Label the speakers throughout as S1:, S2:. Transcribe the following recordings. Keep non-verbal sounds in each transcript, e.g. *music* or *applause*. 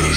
S1: As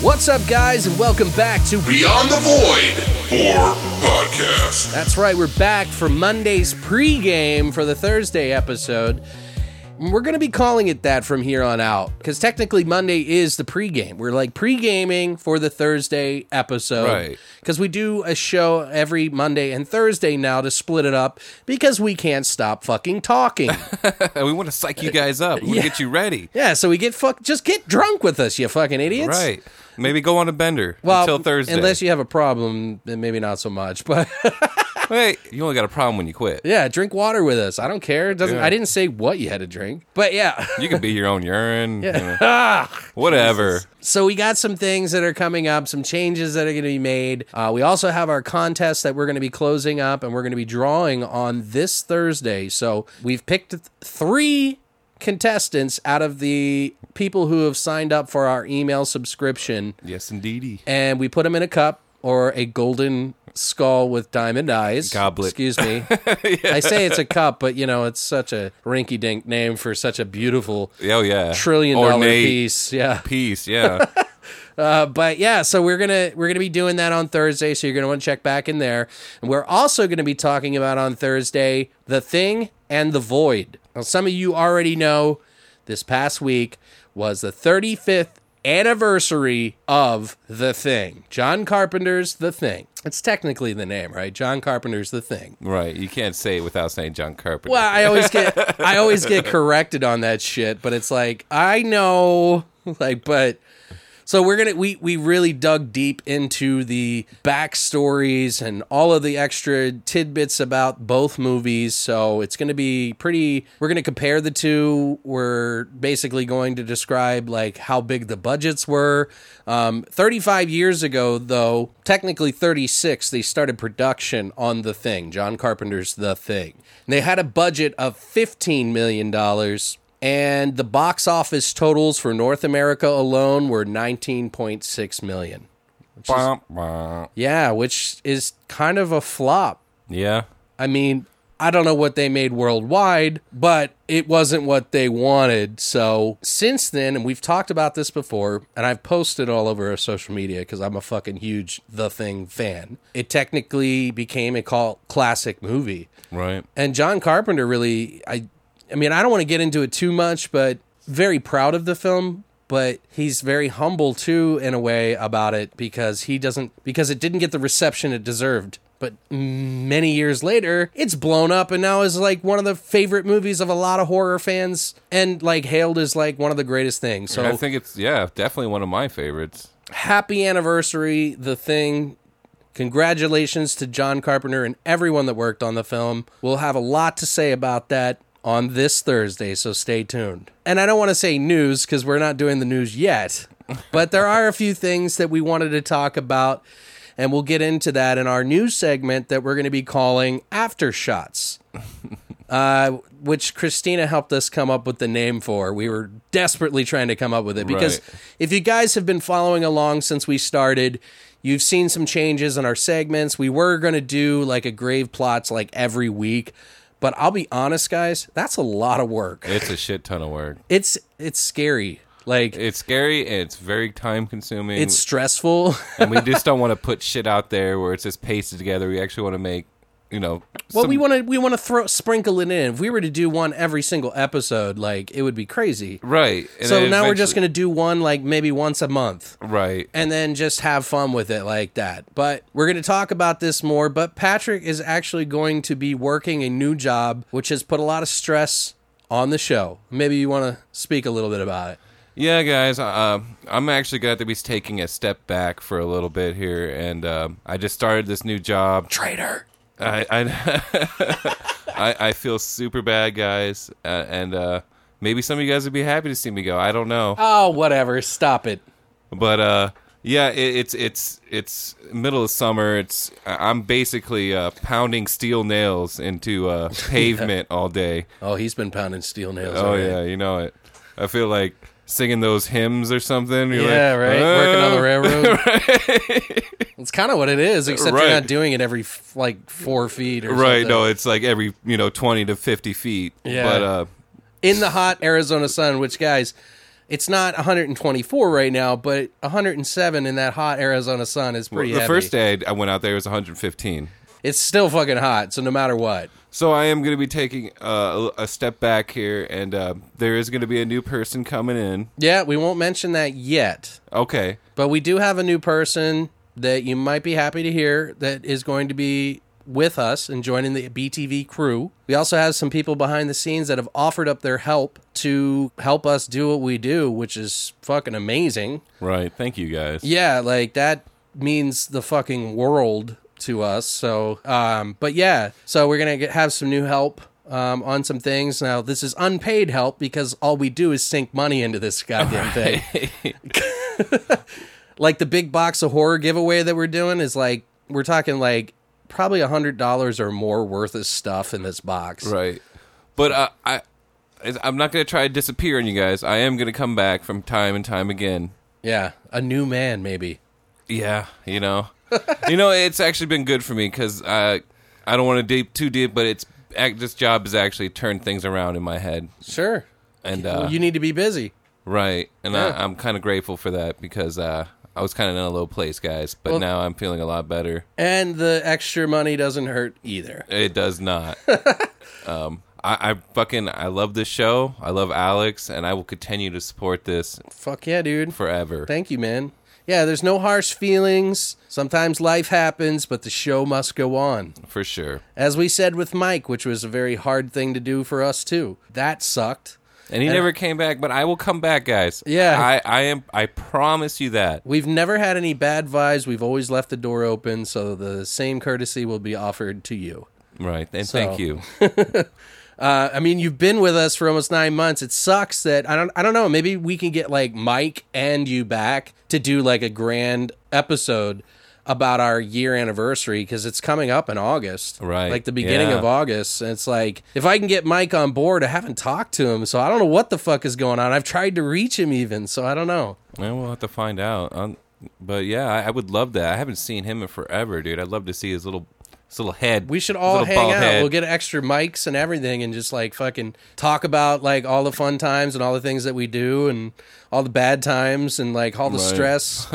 S2: What's up, guys, and welcome back to.
S1: Beyond the Void or podcast.
S2: That's right, we're back for Monday's pregame for the Thursday episode. And We're going to be calling it that from here on out because technically Monday is the pregame. We're like pregaming for the Thursday episode.
S3: Right.
S2: Because we do a show every Monday and Thursday now to split it up because we can't stop fucking
S3: *laughs*
S2: talking.
S3: And we want to psych
S2: Uh,
S3: you guys up. We want to get
S2: *laughs*
S3: you ready.
S2: yeah, so we get fuck, just get drunk with us, you fucking idiots.
S3: Right. Maybe go on a bender
S2: Well,
S3: until Thursday.
S2: Unless you have a problem, then maybe not so much. *laughs* But
S3: Wait, you only got a problem when you quit.
S2: Yeah, drink water with us. I don't care. It doesn't
S3: Yeah.
S2: I didn't say what you had to drink. But yeah. *laughs*
S3: You can be your own urine. you know.
S2: Ah,
S3: Whatever.
S2: So we got some things that are coming up, some changes that are going to be made. Uh, we also have our contest that we're going to be closing up and we're going to be drawing on this Thursday. So we've picked th- three contestants out of the people who have signed up for our email subscription
S3: Yes, indeedy.
S2: and we put them in a cup or a golden skull with diamond eyes
S3: Goblet.
S2: excuse
S3: *laughs*
S2: me i say it's a cup but you know it's such a rinky-dink name for such a beautiful
S3: Oh, yeah.
S2: trillion dollar
S3: Ornate
S2: piece yeah *laughs*
S3: Piece, yeah.
S2: uh, but yeah so we're gonna we're gonna be doing that on thursday so you're gonna want to check back in there and we're also gonna be talking about on thursday the thing and the void now some of you already know this past week was the 35th anniversary of the thing john carpenter's the thing it's technically the name right john carpenter's the thing
S3: right. You can't say it without saying John Carpenter.
S2: well, I always get I always get corrected on that shit, but it's like I know, like, but so we're gonna we we really dug deep into the backstories and all of the extra tidbits about both movies. So it's gonna be pretty. We're gonna compare the two. We're basically going to describe like how big the budgets were. Um, Thirty five years ago, though, technically thirty six, they started production on the thing, John Carpenter's The Thing. And they had a budget of fifteen million dollars. And the box office totals for North America alone were 19.6 million.
S3: Bum, bum.
S2: Yeah, which is kind of a flop.
S3: Yeah.
S2: I mean, I don't know what they made worldwide, but it wasn't what they wanted. So since then, and we've talked about this before, and I've posted all over our social media because I'm a fucking huge The Thing fan. It technically became a cult classic movie
S3: Right.
S2: and John Carpenter really I I mean I don't want to get into it too much but very proud of the film but he's very humble too in a way about it because he doesn't because it didn't get the reception it deserved but many years later it's blown up and now is like one of the favorite movies of a lot of horror fans and like hailed as like one of the greatest things so
S3: I think it's, yeah, definitely one of my favorites.
S2: happy anniversary, The Thing. Congratulations to John Carpenter and everyone that worked on the film. We'll have a lot to say about that on this Thursday, so stay tuned. And I don't want to say news because we're not doing the news yet, but there are a few things that we wanted to talk about, and we'll get into that in our new segment that we're going to be calling After Shots uh, which Christina helped us come up with the name for. We were desperately trying to come up with it because
S3: Right.
S2: if you guys have been following along since we started, you've seen some changes in our segments. We were going to do like a grave plots like every week, but I'll be honest, guys, that's a lot of work.
S3: It's a shit ton of work.
S2: It's it's scary. Like
S3: It's scary and it's very time consuming.
S2: it's stressful. *laughs*
S3: and we just don't want to put shit out there where it's just pasted together. We actually want to make you know.
S2: Well,
S3: some-
S2: we want to we want to throw sprinkle it in. If we were to do one every single episode, like it would be crazy.
S3: right. and
S2: so
S3: then
S2: now we're just
S3: eventually-
S2: gonna do one like maybe once a month,
S3: right.
S2: and then just have fun with it like that. But we're gonna talk about this more. But Patrick is actually going to be working a new job, which has put a lot of stress on the show. Maybe you want to speak a little bit about it.
S3: Yeah, guys, uh, I'm actually going to be taking a step back for a little bit here, and um, I just started this new job.
S2: Traitor.
S3: I I, *laughs* I, I feel super bad, guys, uh, and uh, maybe some of you guys would be happy to see me go. I don't know,
S2: Oh, whatever. Stop it.
S3: but uh, yeah, it, it's it's it's middle of summer. It's I- I'm basically uh, pounding steel nails
S2: *laughs*
S3: into uh, pavement all day.
S2: Oh, he's been pounding steel nails.
S3: Oh
S2: already.
S3: yeah, you know it. I feel like singing those hymns or something. You're
S2: Yeah,
S3: like,
S2: right. Working on
S3: "Ah."
S2: the
S3: *laughs*
S2: railroad. It's kind of what it is, except
S3: Right.
S2: you're not doing it every f- like four feet or
S3: Right.
S2: something.
S3: No, it's like every you know twenty to fifty feet.
S2: Yeah.
S3: But uh,
S2: in the hot Arizona sun. Which guys, it's not 124 right now, but 107 in that hot Arizona sun is pretty.
S3: the
S2: heavy.
S3: first day I went out there it was 115.
S2: it's still fucking hot. So no matter what,
S3: So I am going to be taking uh, a a step back here, and uh, there is going to be a new person coming in.
S2: yeah, we won't mention that yet,
S3: Okay.
S2: but we do have a new person that you might be happy to hear that is going to be with us and joining the BTV crew. We also have some people behind the scenes that have offered up their help to help us do what we do, which is fucking amazing.
S3: Right. Thank you guys.
S2: Yeah, like that means the fucking world to us. So, um, but yeah, so we're gonna get, have some new help um, on some things. Now, this is unpaid help because all we do is sink money into this goddamn
S3: *laughs*
S2: thing. *laughs* like the big box of horror giveaway that we're doing is like we're talking like probably a hundred dollars or more worth of stuff in this box.
S3: Right. But uh, I, I- I'm not going to try to disappear on you guys. I am going to come back from time and time again.
S2: Yeah, a new man maybe.
S3: Yeah, you
S2: *laughs*
S3: know, you know, it's actually been good for me because I, I don't want to deep too deep, but it's act- this job has actually turned things around in my head,
S2: Sure,
S3: and uh,
S2: you need to be busy.
S3: right, and
S2: Yeah.
S3: I, I'm kind of grateful for that because uh, I was kind of in a low place, guys, but now I'm feeling a lot better.
S2: And the extra money doesn't hurt either.
S3: It
S2: *laughs*
S3: does not. um, I, I fucking I love this show. I love Alex, and I will continue to support this
S2: Fuck yeah, dude.
S3: forever.
S2: Thank you, man. Yeah, there's no harsh feelings. Sometimes life happens, but the show must go on.
S3: for sure.
S2: As we said with Mike, which was a very hard thing to do for us, too. That sucked.
S3: And he never came back, but I will come back, guys.
S2: Yeah.
S3: I, I am. I promise you that.
S2: We've never had any bad vibes. We've always left the door open, so the same courtesy will be offered to you.
S3: Right. And
S2: So-
S3: thank you.
S2: Uh, I mean, you've been with us for almost nine months. It sucks that I don't. I don't know. Maybe we can get like Mike and you back to do like a grand episode about our year anniversary because it's coming up in August,
S3: Right.
S2: Like the beginning
S3: Yeah.
S2: of August. And it's like if I can get Mike on board, I haven't talked to him, so I don't know what the fuck is going on. I've tried to reach him even, so I don't know.
S3: Well, we'll have to find out. Um, but yeah, I, I would love that. I haven't seen him in forever, dude. I'd love to see his little his little head.
S2: We should
S3: his
S2: all
S3: little
S2: hang
S3: bald
S2: out.
S3: head.
S2: We'll get extra mics and everything and just like fucking talk about like all the fun times and all the things that we do and all the bad times and like all the
S3: Right. *laughs*
S2: stress.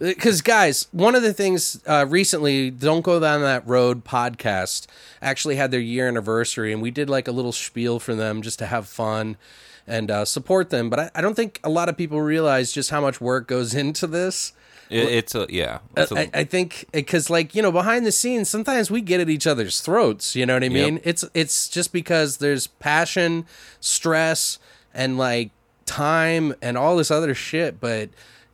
S2: Because, guys, one of the things uh, recently, Don't Go Down That Road podcast actually had their year anniversary and we did like a little spiel for them just to have fun and uh, support them. But I, I don't think a lot of people realize just how much work goes *laughs* into this.
S3: It- it's a yeah. It's a-
S2: Uh, I, I think because like you know behind the scenes sometimes we get at each other's throats you know what i mean it's it's just because there's passion stress and like time and all this other shit but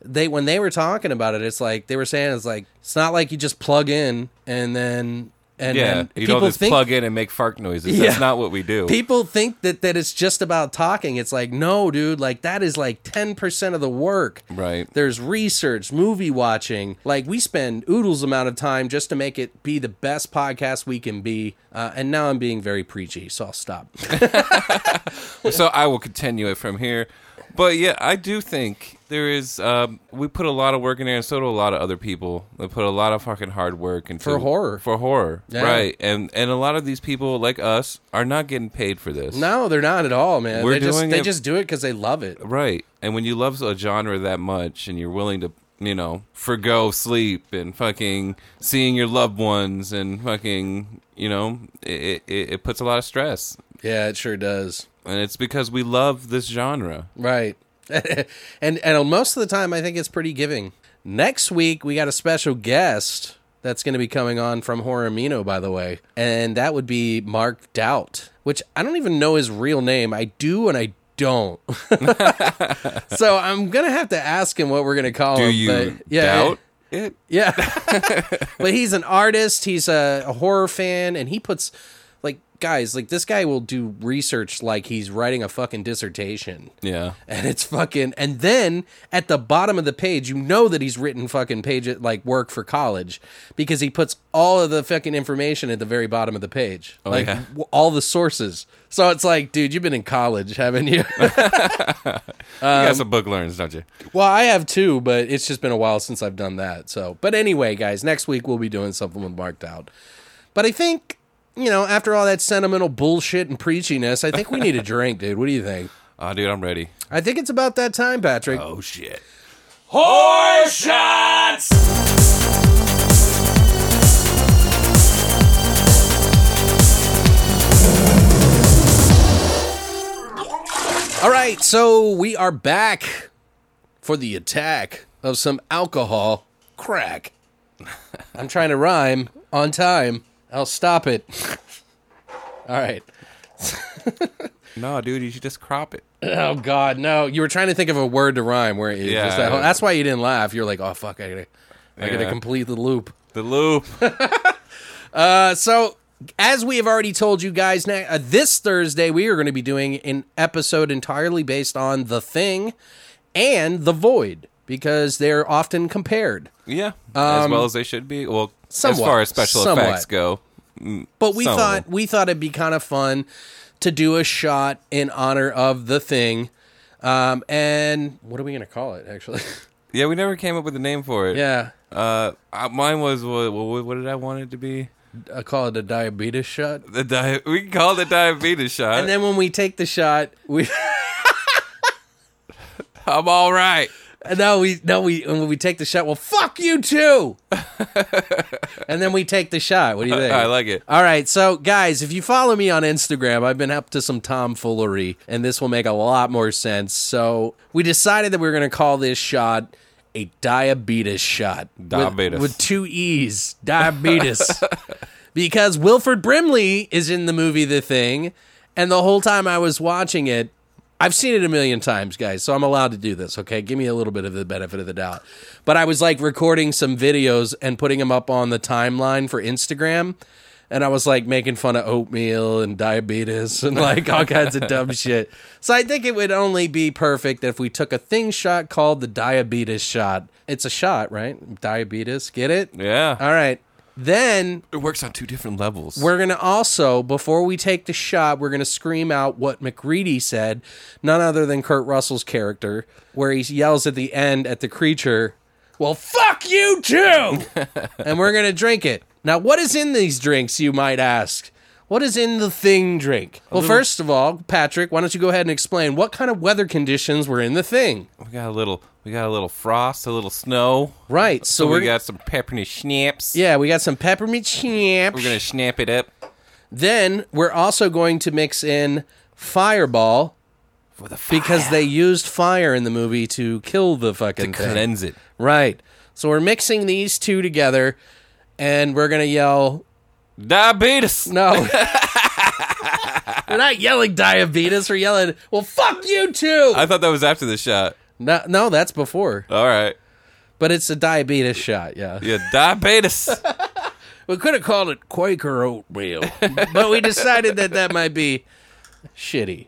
S2: they when they were talking about it it's like they were saying it's like it's not like you just plug in and then and
S3: yeah.
S2: then
S3: You don't just
S2: think
S3: plug in and make fart noises.
S2: Yeah.
S3: That's not what we do.
S2: people think that that it's just about talking it's like no dude like that is like 10% of the work
S3: Right.
S2: there's research movie watching like we spend oodles amount of time just to make it be the best podcast we can be uh, and now i'm being very preachy so i'll
S3: *laughs*
S2: stop
S3: so I will continue it from here. But yeah, I do think there is. Um, we put a lot of work in there, and so do a lot of other people. They put a lot of fucking hard work into
S2: For horror.
S3: For horror,
S2: Yeah.
S3: right? And and a lot of these people, like us, are not getting paid for this.
S2: no they're not at all man they
S3: We're
S2: just
S3: doing
S2: they
S3: it-
S2: just do it because they love it
S3: Right. And when you love a genre that much and you're willing to, you know, forgo sleep and fucking seeing your loved ones and fucking, you know, it, it, it puts a lot of stress.
S2: Yeah, it sure does.
S3: And it's because we love this genre.
S2: Right. *laughs* and and most of the time I think it's pretty giving. Next week we got a special guest that's going to be coming on from Horomino by the way, and that would be Mark Doubt, which I don't even know his real name. I do and I don't. *laughs* so I'm going to have to ask him what we're going to call
S3: Do
S2: him.
S3: you
S2: but- yeah,
S3: doubt it?
S2: *laughs* Yeah. but he's an artist, he's a, a horror fan, and he puts like guys, like this guy will do research like he's writing a fucking dissertation.
S3: Yeah.
S2: And it's fucking and then at the bottom of the page, you know that he's written fucking page like work for college because he puts all of the fucking information at the very bottom of the page. like
S3: yeah.
S2: w- all the sources. So it's like, dude, you've been in college, haven't you? *laughs*
S3: you
S2: Um,
S3: got some book learns, don't you?
S2: Well, I have too, but it's just been a while since I've done that. So, but anyway, guys, next week we'll be doing something with Marked Out. But I think, you know, after all that sentimental bullshit and preachiness, I think we need a *laughs* drink, dude. What do you think?
S3: Oh, dude, I'm ready.
S2: I think it's about that time, Patrick.
S3: Oh, shit.
S2: All right, so we are back for the attack of some alcohol crack. I'm trying to rhyme on time. I'll stop it. All right.
S3: No, dude, you should just crop it.
S2: Oh God, no! You were trying to think of a word to rhyme where it
S3: Yeah.
S2: just that whole, that's why you didn't laugh. You're like, oh fuck, I gotta, I gotta
S3: Yeah.
S2: complete the loop. *laughs*
S3: The loop.
S2: Uh, so as we have already told you guys, na- uh, this Thursday we are going to be doing an episode entirely based on the thing and the void because they're often compared.
S3: Yeah, as well as they should be. Well,
S2: Um, somewhat,
S3: as far as special
S2: somewhat.
S3: effects go,
S2: But we
S3: Some of
S2: thought we thought it'd be kind of fun to do a shot in honor of the thing. Um, and what are we gonna call it? Actually, *laughs*
S3: yeah, we never came up with a name for it.
S2: yeah,
S3: uh, uh, mine was what, what, what did I want it to be?
S2: I call it a diabetes shot.
S3: The di- *laughs* we can call it the diabetes shot.
S2: And then when we take the shot, we
S3: I'm all right.
S2: no we no we and when we take the shot, well fuck you
S3: *laughs*
S2: too. and then we take the shot. What do you think?
S3: I like it.
S2: All right, so guys, if you follow me on Instagram, I've been up to some tomfoolery, and this will make a lot more sense. So we decided that we were going to call this shot a diabetes shot. With-
S3: Diabetes.
S2: With, two E's. Diabetes.
S3: *laughs*
S2: because Wilford Brimley is in the movie The Thing, and the whole time I was watching it, I've seen it a million times, guys, so I'm allowed to do this, okay? Give me a little bit of the benefit of the doubt. But I was like recording some videos and putting them up on the timeline for Instagram. And I was like making fun of oatmeal and diabetes and like all kinds of dumb shit. So I think it would only be perfect if we took a thing shot called the diabetes shot. It's a shot, right? Diabetes. Get it?
S3: Yeah,
S2: All right. Then
S3: it works on two different levels.
S2: Uh, we're going to also, before we take the shot, we're going to scream out what McReady said, none other than Kurt Russell's character, where he yells at the end at the creature, Well, fuck you
S3: *laughs*
S2: too! and we're going to drink it. Now, what is in these drinks, you might ask? What is in the thing drink? Well, first of all, Patrick, why don't you go ahead and explain what kind of weather conditions were in the thing?
S3: we got a little, we got a little frost, a little snow.
S2: Right. So,
S3: So
S2: we're
S3: we got some peppermint schnapps.
S2: Yeah, we got some peppermint schnapps.
S3: we're gonna snap it up
S2: Then we're also going to mix in fireball
S3: for the fire.
S2: because they used fire in the movie to kill the fucking thing.
S3: cleanse it.
S2: Right. So we're mixing these two together and we're going to yell
S3: Diabetes.
S2: no. *laughs* we're not yelling diabetes, we're yelling, "Well, fuck you too."
S3: I thought that was after the shot.
S2: no, no, that's before.
S3: All right.
S2: But it's a diabetes shot, yeah.
S3: Yeah,
S2: *laughs*
S3: diabetes.
S2: We could have called it Quaker oatmeal, but we decided that that might be shitty.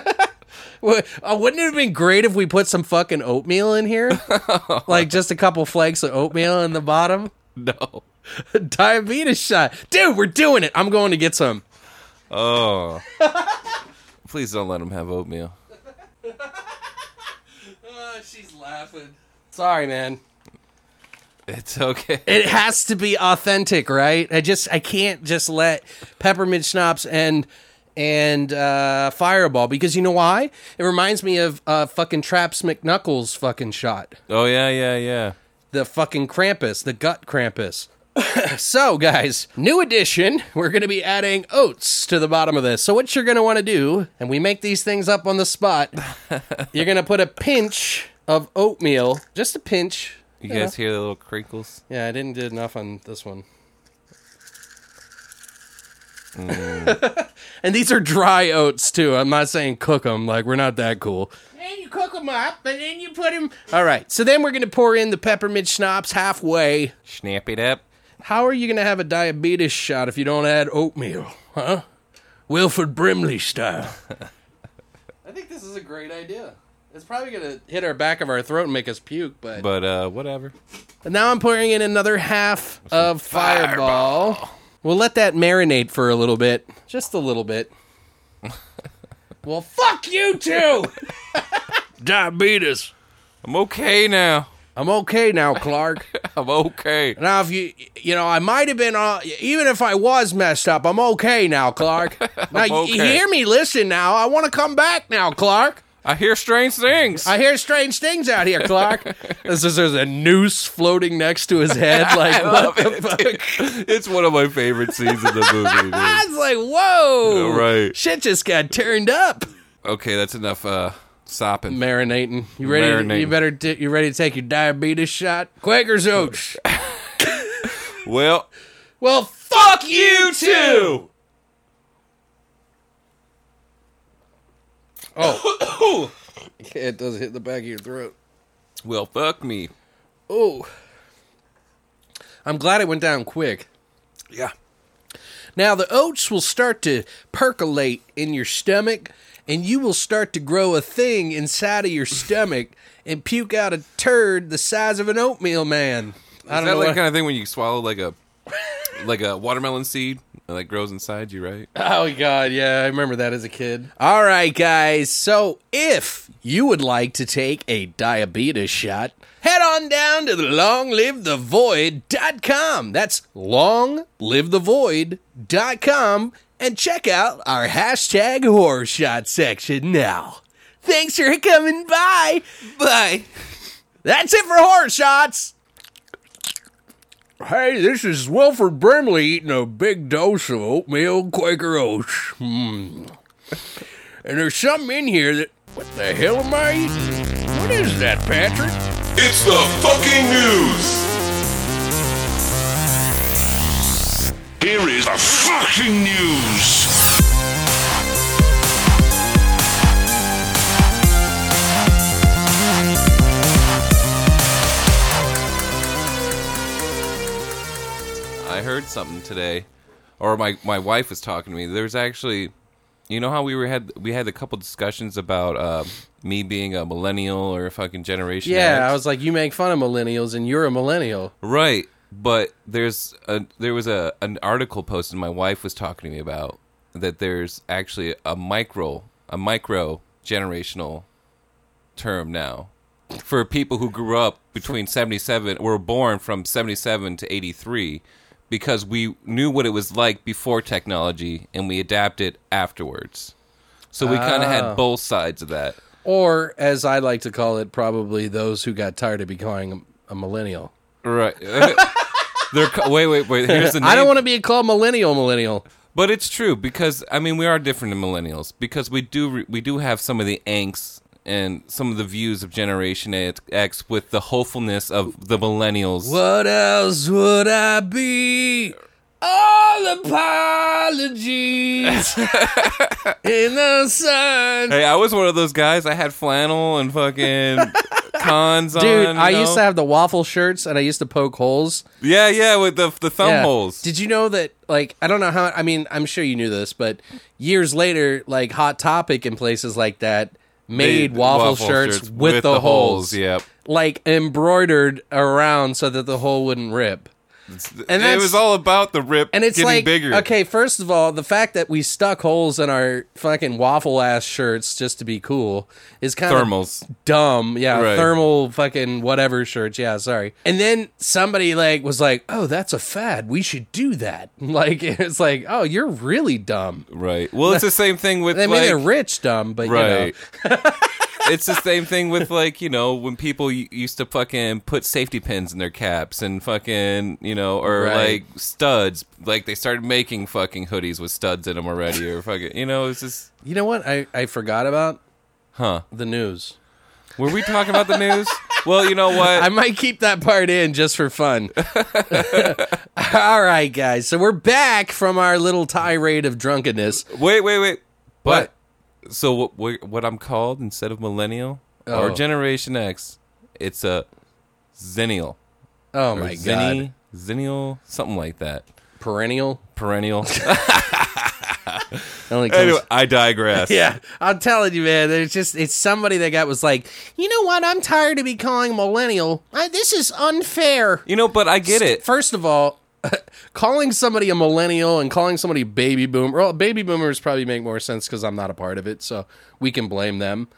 S2: *laughs* Wou- uh, Wouldn't it have been great if we put some fucking oatmeal in here? like just a couple flakes of oatmeal in the bottom?
S3: no.
S2: Diabetes shot. Dude, we're doing it. I'm going to get some.
S3: Oh. Please don't let him have oatmeal.
S2: Oh, she's laughing. Sorry, man.
S3: It's okay.
S2: It has to be authentic, right? I just I can't just let peppermint schnapps and and uh, fireball because you know why? It reminds me of uh, fucking Traps McNuckles fucking shot.
S3: Oh yeah, yeah, yeah.
S2: the fucking Krampus, the gut Krampus. *laughs* so, guys, new edition. We're going to be adding oats to the bottom of this. So, what you're going to want to do, and we make these things up on the spot, you're going to put a pinch of oatmeal, just a pinch.
S3: You guys hear the little crinkles?
S2: Yeah, I didn't do enough on this one. Mm. *laughs* and these are dry oats too. I'm not saying cook them. Like we're not that cool. And you cook them up, and then you put them. All right. So then we're gonna pour in the peppermint schnapps halfway.
S3: Snap it up.
S2: How are you gonna have a diabetes shot if you don't add oatmeal, huh? Wilford Brimley *laughs* style. I think this is a great idea. It's probably gonna hit our back of our throat and make us puke, but,
S3: But uh, whatever.
S2: And now I'm pouring in another half of fireball. We'll let that marinate for a little bit. Just a little bit. *laughs* well, fuck you too! Diabetes.
S3: I'm okay now. *laughs*
S2: I'm okay now, Clark.
S3: I'm okay.
S2: now, if you, you know, I might have been, all, even if I was messed up, I'm okay now, *laughs* Clark. Now, you- you
S3: okay.
S2: hear me listen now. I want to come back now, Clark.
S3: I hear strange things.
S2: I hear strange things out here, *laughs* Clark. this is, there's a noose floating next to his *laughs* head. Like, what the fuck?
S3: *laughs* it's one of my favorite scenes in the movie.
S2: I
S3: Dude.
S2: was like, whoa.
S3: Yeah, right.
S2: Shit just got turned up.
S3: Okay, that's enough uh, sopping.
S2: Marinating. You ready?
S3: Marinating.
S2: You better. T- you ready to take your diabetes shot? Quaker's Oats.
S3: well,
S2: *laughs* well, fuck you too. Oh, Yeah, it does hit the back of your throat.
S3: well, fuck me.
S2: Oh, I'm glad it went down quick.
S3: Yeah.
S2: Now the oats will start to percolate in your stomach, and you will start to grow a thing inside of your stomach and puke out a turd the size of an oatmeal man. I
S3: Is
S2: don't
S3: that
S2: know.
S3: like
S2: what-
S3: kind of thing when you swallow like a like a watermelon seed that like, grows inside you, right?
S2: Oh god, yeah, I remember that as a kid. All right, guys. So, if you would like to take a diabetes shot, head on down to the longlivethevoid.com. That's longlivethevoid.com and check out our hashtag horror shot section now. Thanks for coming by. Bye. That's it for horror shots. Hey, this is Wilford Brimley eating a big dose of oatmeal Quaker Oats. Mm. And there's something in here that. What the hell am I eating? What is that, Patrick?
S1: It's the fucking news! Here is the fucking news!
S3: I heard something today, or my my wife was talking to me. There's actually, you know how we were had we had a couple discussions about uh, me being a millennial or a fucking generation.
S2: Yeah,
S3: X?
S2: I was like, you make fun of millennials and you're a millennial.
S3: right. But there's a there was a an article posted my wife was talking to me about that there's actually a micro a micro generational term now for people who grew up between 77 were born from 77 to 83 because we knew what it was like before technology and we adapted afterwards so we kind of
S2: Oh.
S3: had both sides of that
S2: Or, as I like to call it, probably those who got tired of becoming a millennial.
S3: right *laughs* They're, co- wait wait wait here's the name
S2: I don't want to be called millennial, millennial.
S3: But it's true because I mean we are different than millennials because we do re- we do have some of the angst and some of the views of Generation X with the hopefulness of the millennials.
S2: What else would I be? All *laughs* apologies in the sun.
S3: Hey, I was one of those guys. I had flannel
S2: *laughs*
S3: and fucking cons on.
S2: Dude,
S3: you
S2: I used
S3: know?
S2: to have the waffle shirts and I used to poke holes.
S3: yeah, yeah, with the the thumb
S2: Yeah.
S3: holes.
S2: Did you know that, like, I don't know how, I mean, I'm sure you knew this, but years later, like, Hot Topic and places like that made
S3: They-
S2: waffle, shirts, with, the, holes.
S3: Yep,
S2: Like, embroidered around so that the hole wouldn't rip.
S3: and it
S2: that's-
S3: was all about the rip
S2: And it's
S3: getting
S2: like,
S3: bigger.
S2: okay, first of all, the fact that we stuck holes in our fucking waffle ass shirts just to be cool is kind of
S3: thermals.
S2: dumb. Yeah,
S3: Right.
S2: thermal fucking whatever shirts. Yeah, sorry. And then somebody like was like, "Oh, that's a fad. We should do that." *laughs* Like it's like, "Oh, you're really dumb." *laughs*
S3: Right. Well, it's the same thing with
S2: I mean,
S3: like,
S2: they're rich dumb, but you know.
S3: Right. *laughs* it's the same thing with like you know when people y- used to fucking put safety pins in their caps and fucking you know or
S2: Right.
S3: like studs like they started making fucking hoodies with studs in them already or fucking you know it's just
S2: You know what? I, I forgot about
S3: huh
S2: the news.
S3: were we talking about the
S2: *laughs*
S3: news well you know what
S2: I might keep that part in just for fun. *laughs* All right, guys. So we're back from our little tirade of drunkenness.
S3: wait wait wait but so what we- what I'm called instead of millennial or
S2: Oh.
S3: generation X it's a zennial
S2: Oh
S3: or
S2: my god.
S3: zenny zennial something like that
S2: Perennial. *laughs*
S3: perennial *laughs*
S2: Only comes-
S3: anyway I digress
S2: Yeah, I'm telling you, man. There's just it's somebody that got was like, you know what? I'm tired of be calling millennial. I, this is unfair.
S3: You know, but I get it.
S2: First of all, *laughs* calling somebody a millennial and calling somebody baby boomer. Well, baby boomers probably make more sense because I'm not a part of it, so we can blame
S3: *laughs*
S2: them.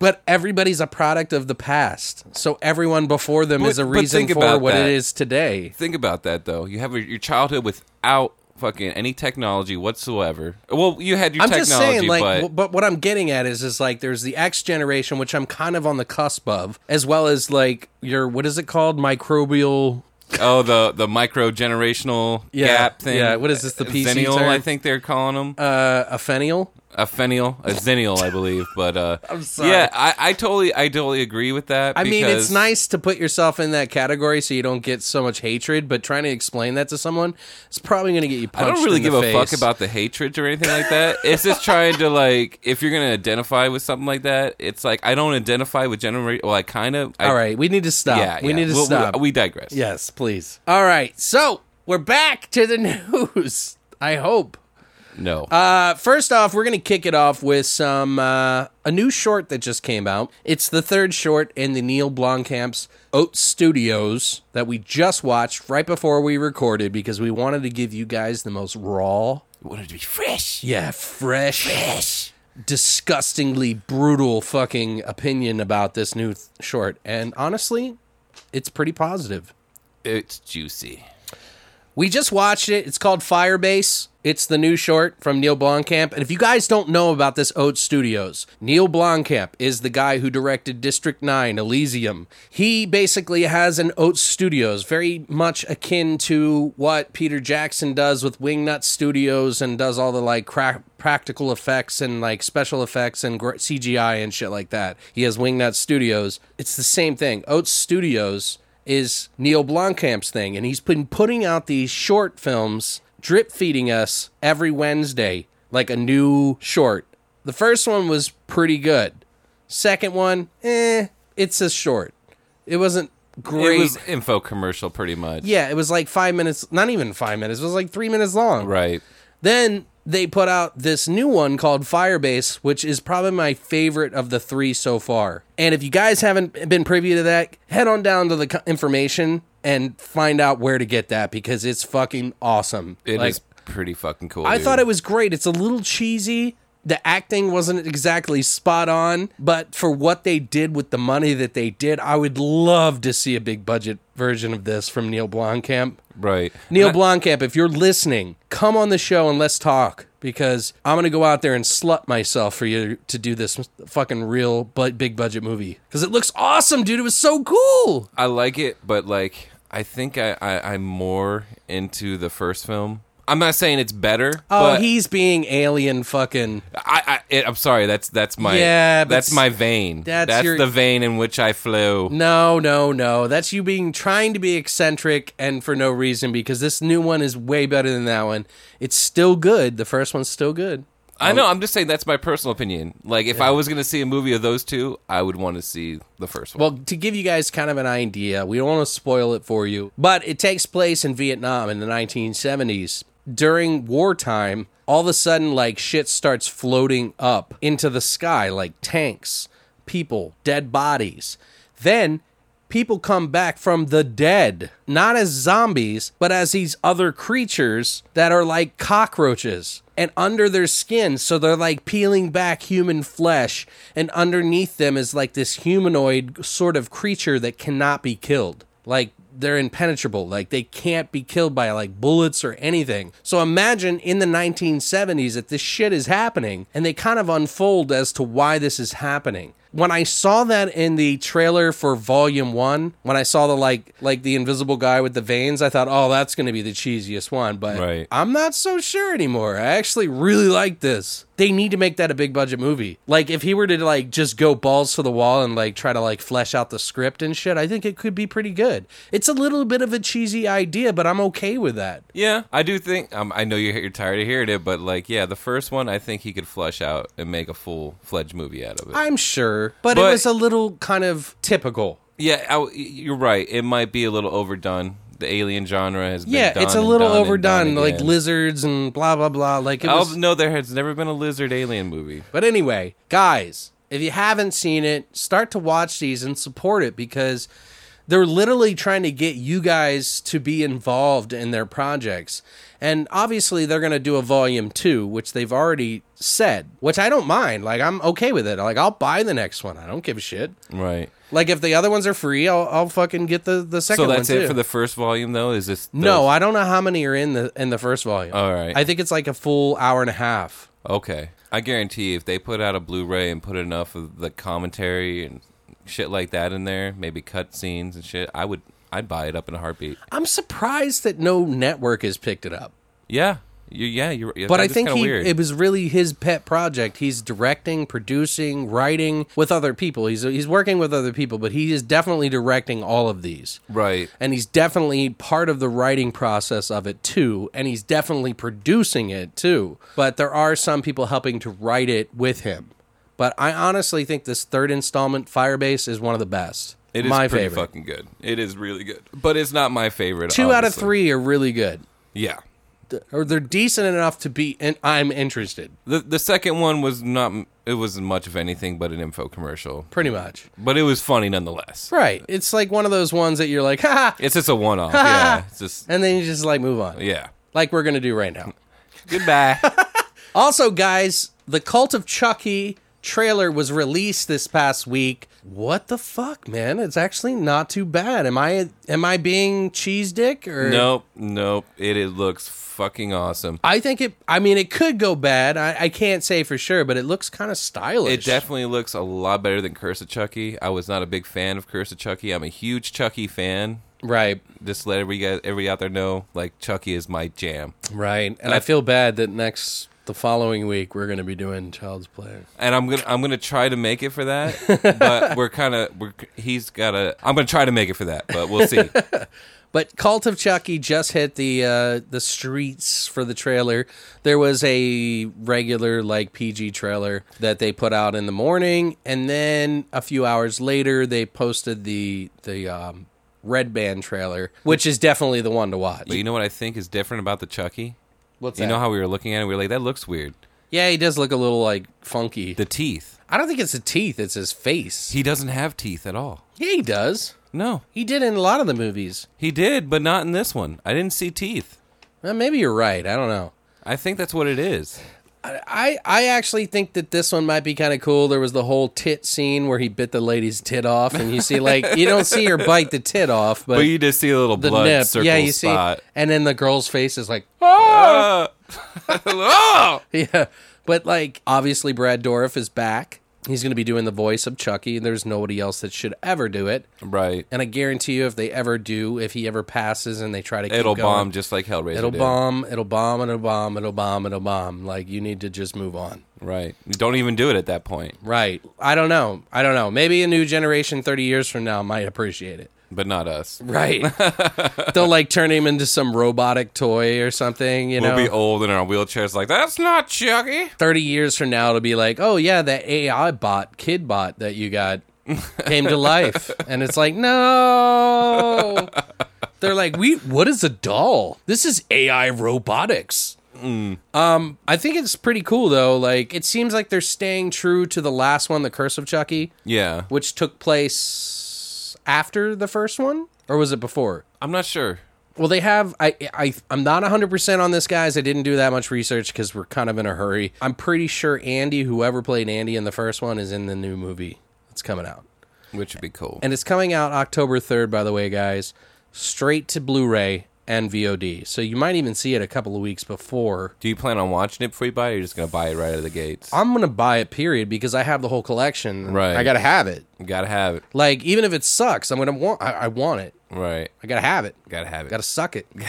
S2: but everybody's a product of the past, so everyone before them
S3: But-
S2: is a
S3: but
S2: reason
S3: think
S2: for
S3: about
S2: what
S3: that.
S2: it is today.
S3: Think about that though. You have your childhood without fucking any technology whatsoever. Well, you had your
S2: I'm
S3: technology,
S2: just saying, like,
S3: but
S2: w- but what I'm getting at is, is like, there's the X generation, which I'm kind of on the cusp of, as well as like your what is it called, microbial?
S3: oh, the the micro generational
S2: *laughs* Yeah,
S3: gap thing.
S2: yeah, what is this, the PC
S3: Xennial,
S2: term?
S3: I think they're calling them
S2: Uh, a fenial?
S3: a fenial, a xennial, I believe.
S2: *laughs*
S3: But uh, I'm
S2: sorry.
S3: Yeah, I, I totally, I totally agree with that.
S2: I mean, it's
S3: because-
S2: nice to put yourself in that category so you don't get so much hatred, but trying to explain that to someone is probably going to get you
S3: I
S2: punched.
S3: don't really
S2: in the
S3: give a fuck
S2: face.
S3: about the hatred or anything like that. It's just trying to like, if you're gonna identify with something like that, it's like I don't identify with generation. Well, I kind of. I,
S2: All right, we need to stop.
S3: Yeah,
S2: we
S3: yeah.
S2: need to
S3: Well,
S2: stop.
S3: We, digress.
S2: yes, please. All right, so we're back to the *laughs* news. I hope.
S3: No.
S2: Uh, first off, we're gonna kick it off with some uh, a new short that just came out. It's the third short in the Neil Blomkamp's Oat Studios that we just watched right before we recorded because we wanted to give you guys the most raw,
S3: wanted to be fresh.
S2: yeah, fresh, fresh, disgustingly brutal fucking opinion about this new th- short. And honestly, it's pretty positive.
S3: It's juicy.
S2: We just watched it. It's called Firebase. It's the new short from Neil Blomkamp. And if you guys don't know about this Oat Studios, Neil Blomkamp is the guy who directed District 9, Elysium. He basically has an Oat Studios, very much akin to what Peter Jackson does with Wingnut Studios and does all the like cra- practical effects and like special effects and gr- CGI and shit like that. He has Wingnut Studios. It's the same thing. Oat Studios is Neil Blomkamp's thing, and he's been putting out these short films, drip feeding us every Wednesday, like a new short. The first one was pretty good. Second one, eh, it's a short. It wasn't great.
S3: It was info commercial, pretty much.
S2: yeah, it was like five minutes, not even five minutes. It was like three minutes long.
S3: Right.
S2: Then they put out this new one called Firebase, which is probably my favorite of the three so far. And if you guys haven't been privy to that, head on down to the co- information and find out where to get that because it's fucking awesome.
S3: It is
S2: Like,
S3: pretty fucking cool.
S2: I
S3: dude.
S2: thought it was great. It's a little cheesy. The acting wasn't exactly spot on, but for what they did with the money that they did, I would love to see a big budget version of this from Neil Blomkamp.
S3: right.
S2: Neil
S3: And
S2: Blomkamp, if you're listening, come on the show and let's talk because I'm going to go out there and slut myself for you to do this fucking real bu- big budget movie because it looks awesome, dude. It was so cool.
S3: I, I like it, but like, I think I, I I'm more into the first film. I'm not saying it's better.
S2: Oh,
S3: but
S2: he's being alien fucking.
S3: I, I it, I'm sorry. That's that's my
S2: Yeah, but
S3: That's
S2: s-
S3: my vein.
S2: that's your-
S3: the vein in which I flew.
S2: No, no, no. That's you being trying to be eccentric and for no reason because this new one is way better than that one. It's still good. The first one's still good.
S3: I
S2: Oh.
S3: know. I'm just saying that's my personal opinion. Like, if I was gonna see a movie of those two, I would want to see the first one.
S2: Well, to give you guys kind of an idea, we don't want to spoil it for you, but it takes place in Vietnam in the 1970s. During wartime, all of a sudden, like shit starts floating up into the sky, like tanks, people, dead bodies. Then people come back from the dead, not as zombies, but as these other creatures that are like cockroaches and under their skin. So they're like peeling back human flesh, and underneath them is like this humanoid sort of creature that cannot be killed. Like they're impenetrable. Like they can't be killed by like bullets or anything. So imagine in the 1970s that this shit is happening, and they kind of unfold as to why this is happening. When I saw that in the trailer for Volume 1, when I saw the like like the invisible guy with the veins, I thought, "Oh, that's going to be the cheesiest one." But
S3: Right.
S2: I'm not so sure anymore. I actually really like this. They need to make that a big budget movie. Like if he were to like just go balls to the wall and like try to like flesh out the script and shit, I think it could be pretty good. It's a little bit of a cheesy idea, but I'm okay with that.
S3: Yeah, I do think. Um, I know you're, you're tired of hearing it, but like, yeah, the first one, I think he could flush out and make a full fledged movie out of it.
S2: I'm sure, but, it
S3: But-
S2: was a little kind of typical.
S3: yeah, I, y- you're right. It might be a little overdone. The alien genre has been
S2: Yeah,
S3: done
S2: it's a
S3: and
S2: little
S3: done and
S2: overdone,
S3: done
S2: like
S3: again.
S2: lizards and blah blah blah. Like it was,
S3: I'll- no, there has never been a lizard alien movie.
S2: But anyway, guys, if you haven't seen it, start to watch these and support it because they're literally trying to get you guys to be involved in their projects. And obviously, they're going to do a volume two, which they've already said, which I don't mind. Like, I'm okay with it. Like, I'll buy the next one. I don't give a shit.
S3: Right.
S2: Like, if the other ones are free, I'll, I'll fucking get the, the second
S3: So
S2: one.
S3: that's it
S2: too.
S3: for the first volume, though. Is this the-
S2: No, I don't know how many are in the in the first volume.
S3: All right.
S2: I think it's like a full hour and a half.
S3: Okay. I guarantee if they put out a Blu-ray and put enough of the commentary and shit like that in there, maybe cut scenes and shit, I would I'd buy it up in a heartbeat.
S2: I'm surprised that no network has picked it up.
S3: Yeah. You, yeah, you're yeah,
S2: But I
S3: that's
S2: think
S3: kinda
S2: he
S3: weird.
S2: it was really his pet project. He's directing, producing, writing with other people. He's he's working with other people, but he is definitely directing all of these.
S3: right.
S2: And he's definitely part of the writing process of it too, and he's definitely producing it too. But there are some people helping to write it with him. But I honestly think this third installment, Firebase, is one of the best.
S3: It is
S2: my
S3: pretty
S2: favorite.
S3: fucking good. It is really good. But it's not my favorite.
S2: Two out of
S3: obviously.
S2: three are really good,
S3: Yeah.
S2: or they're decent enough to be. And I'm interested,
S3: The the second one was not it wasn't much of anything but an info commercial.
S2: pretty much.
S3: But it was funny nonetheless.
S2: Right. It's like one of those ones that you're like, *laughs* ha, ha,"
S3: It's just a
S2: *laughs*
S3: one off. yeah. It's just
S2: and then you just like move on,
S3: yeah.
S2: like we're gonna do right now.
S3: Goodbye.
S2: Also, guys, the Cult of Chucky trailer was released this past week. What the fuck, man? It's actually not too bad. Am I am I being cheese dick or
S3: *laughs* Nope, nope. It, it looks fucking awesome.
S2: I think it. I mean, it could go bad. I, I can't say for sure, but it looks kind of stylish.
S3: It definitely looks a lot better than Curse of Chucky. I was not a big fan of Curse of Chucky. I'm a huge Chucky fan.
S2: right,
S3: Just let every guy, every out there know, like Chucky is my jam.
S2: right. And I feel bad that next the following week we're going to be doing Child's Play.
S3: And I'm gonna, I'm gonna try to make it
S2: *laughs*
S3: for that. But we're kind of, we're he's gotta. I'm gonna try to make it for that, but we'll
S2: *laughs*
S3: see.
S2: But Cult of Chucky just hit the uh, the streets for the trailer. There was a regular like PG trailer that they put out in the morning, and then a few hours later they posted the the um, Red Band trailer, which is definitely the one to watch.
S3: But you know what I think is different about the Chucky?
S2: What's
S3: You know how we were looking at it, we were like, that looks weird.
S2: yeah, he does look a little like funky.
S3: The teeth.
S2: I don't think it's the teeth; it's his face.
S3: He doesn't have teeth at all.
S2: yeah, he does.
S3: No,
S2: He did in a lot of the movies.
S3: he did, but not in this one. I didn't see teeth.
S2: Well, maybe you're right. I don't know.
S3: I think that's what it is.
S2: I, I actually think that this one might be kind of cool. There was the whole tit scene where he bit the lady's tit off, and you see like you don't see her bite the tit off, but,
S3: But you just see a little
S2: the
S3: blood
S2: nip,
S3: circle
S2: yeah, you
S3: spot. *laughs*
S2: see, and then the girl's face is like, oh, *laughs*
S3: Ah! oh!
S2: yeah. But like, obviously, Brad Dorff is back. He's going to be doing the voice of Chucky, and there's nobody else that should ever do it.
S3: Right.
S2: And I guarantee you, if they ever do, if he ever passes, and they try to, keep
S3: It'll
S2: going,
S3: bomb just like Hellraiser.
S2: It'll
S3: did.
S2: bomb. It'll bomb. It'll bomb. It'll bomb. It'll bomb. Like you need to just move on.
S3: Right. Don't even do it at that point.
S2: Right. I don't know. I don't know. Maybe a new generation 30 years from now might appreciate it.
S3: But not us.
S2: Right. *laughs* They'll like turn him into some robotic toy or something, you know.
S3: We'll be old in our wheelchairs, like that's not Chucky.
S2: 30 years from now it'll be like, "Oh yeah, that AI bot, kid bot that you
S3: *laughs*
S2: got came to life." and it's like,
S3: *laughs*
S2: "No." They're like, "We what is a doll? This is AI robotics."
S3: Mm.
S2: Um, I think it's pretty cool though. Like, it seems like they're staying true to the last one, The Curse of Chucky.
S3: Yeah.
S2: which took place after the first one or was it before
S3: I'm not sure.
S2: well they have i, I i'm not 100% on this guys i didn't do that much research because we're kind of in a hurry i'm pretty sure andy whoever played andy in the first one is in the new movie that's coming out
S3: Which would be cool.
S2: and it's coming out october 3rd by the way guys straight to blu-ray and VOD. So you might even see it a couple of weeks before.
S3: Do you plan on watching it before you buy it? Or you're just gonna buy it right out of the gates.
S2: I'm gonna buy it, period, because I have the whole collection.
S3: Right.
S2: I gotta have it.
S3: You gotta have it.
S2: Like even if it sucks, I'm gonna want. I, I want it.
S3: Right.
S2: I gotta have it.
S3: Gotta have it.
S2: Gotta suck it. *laughs*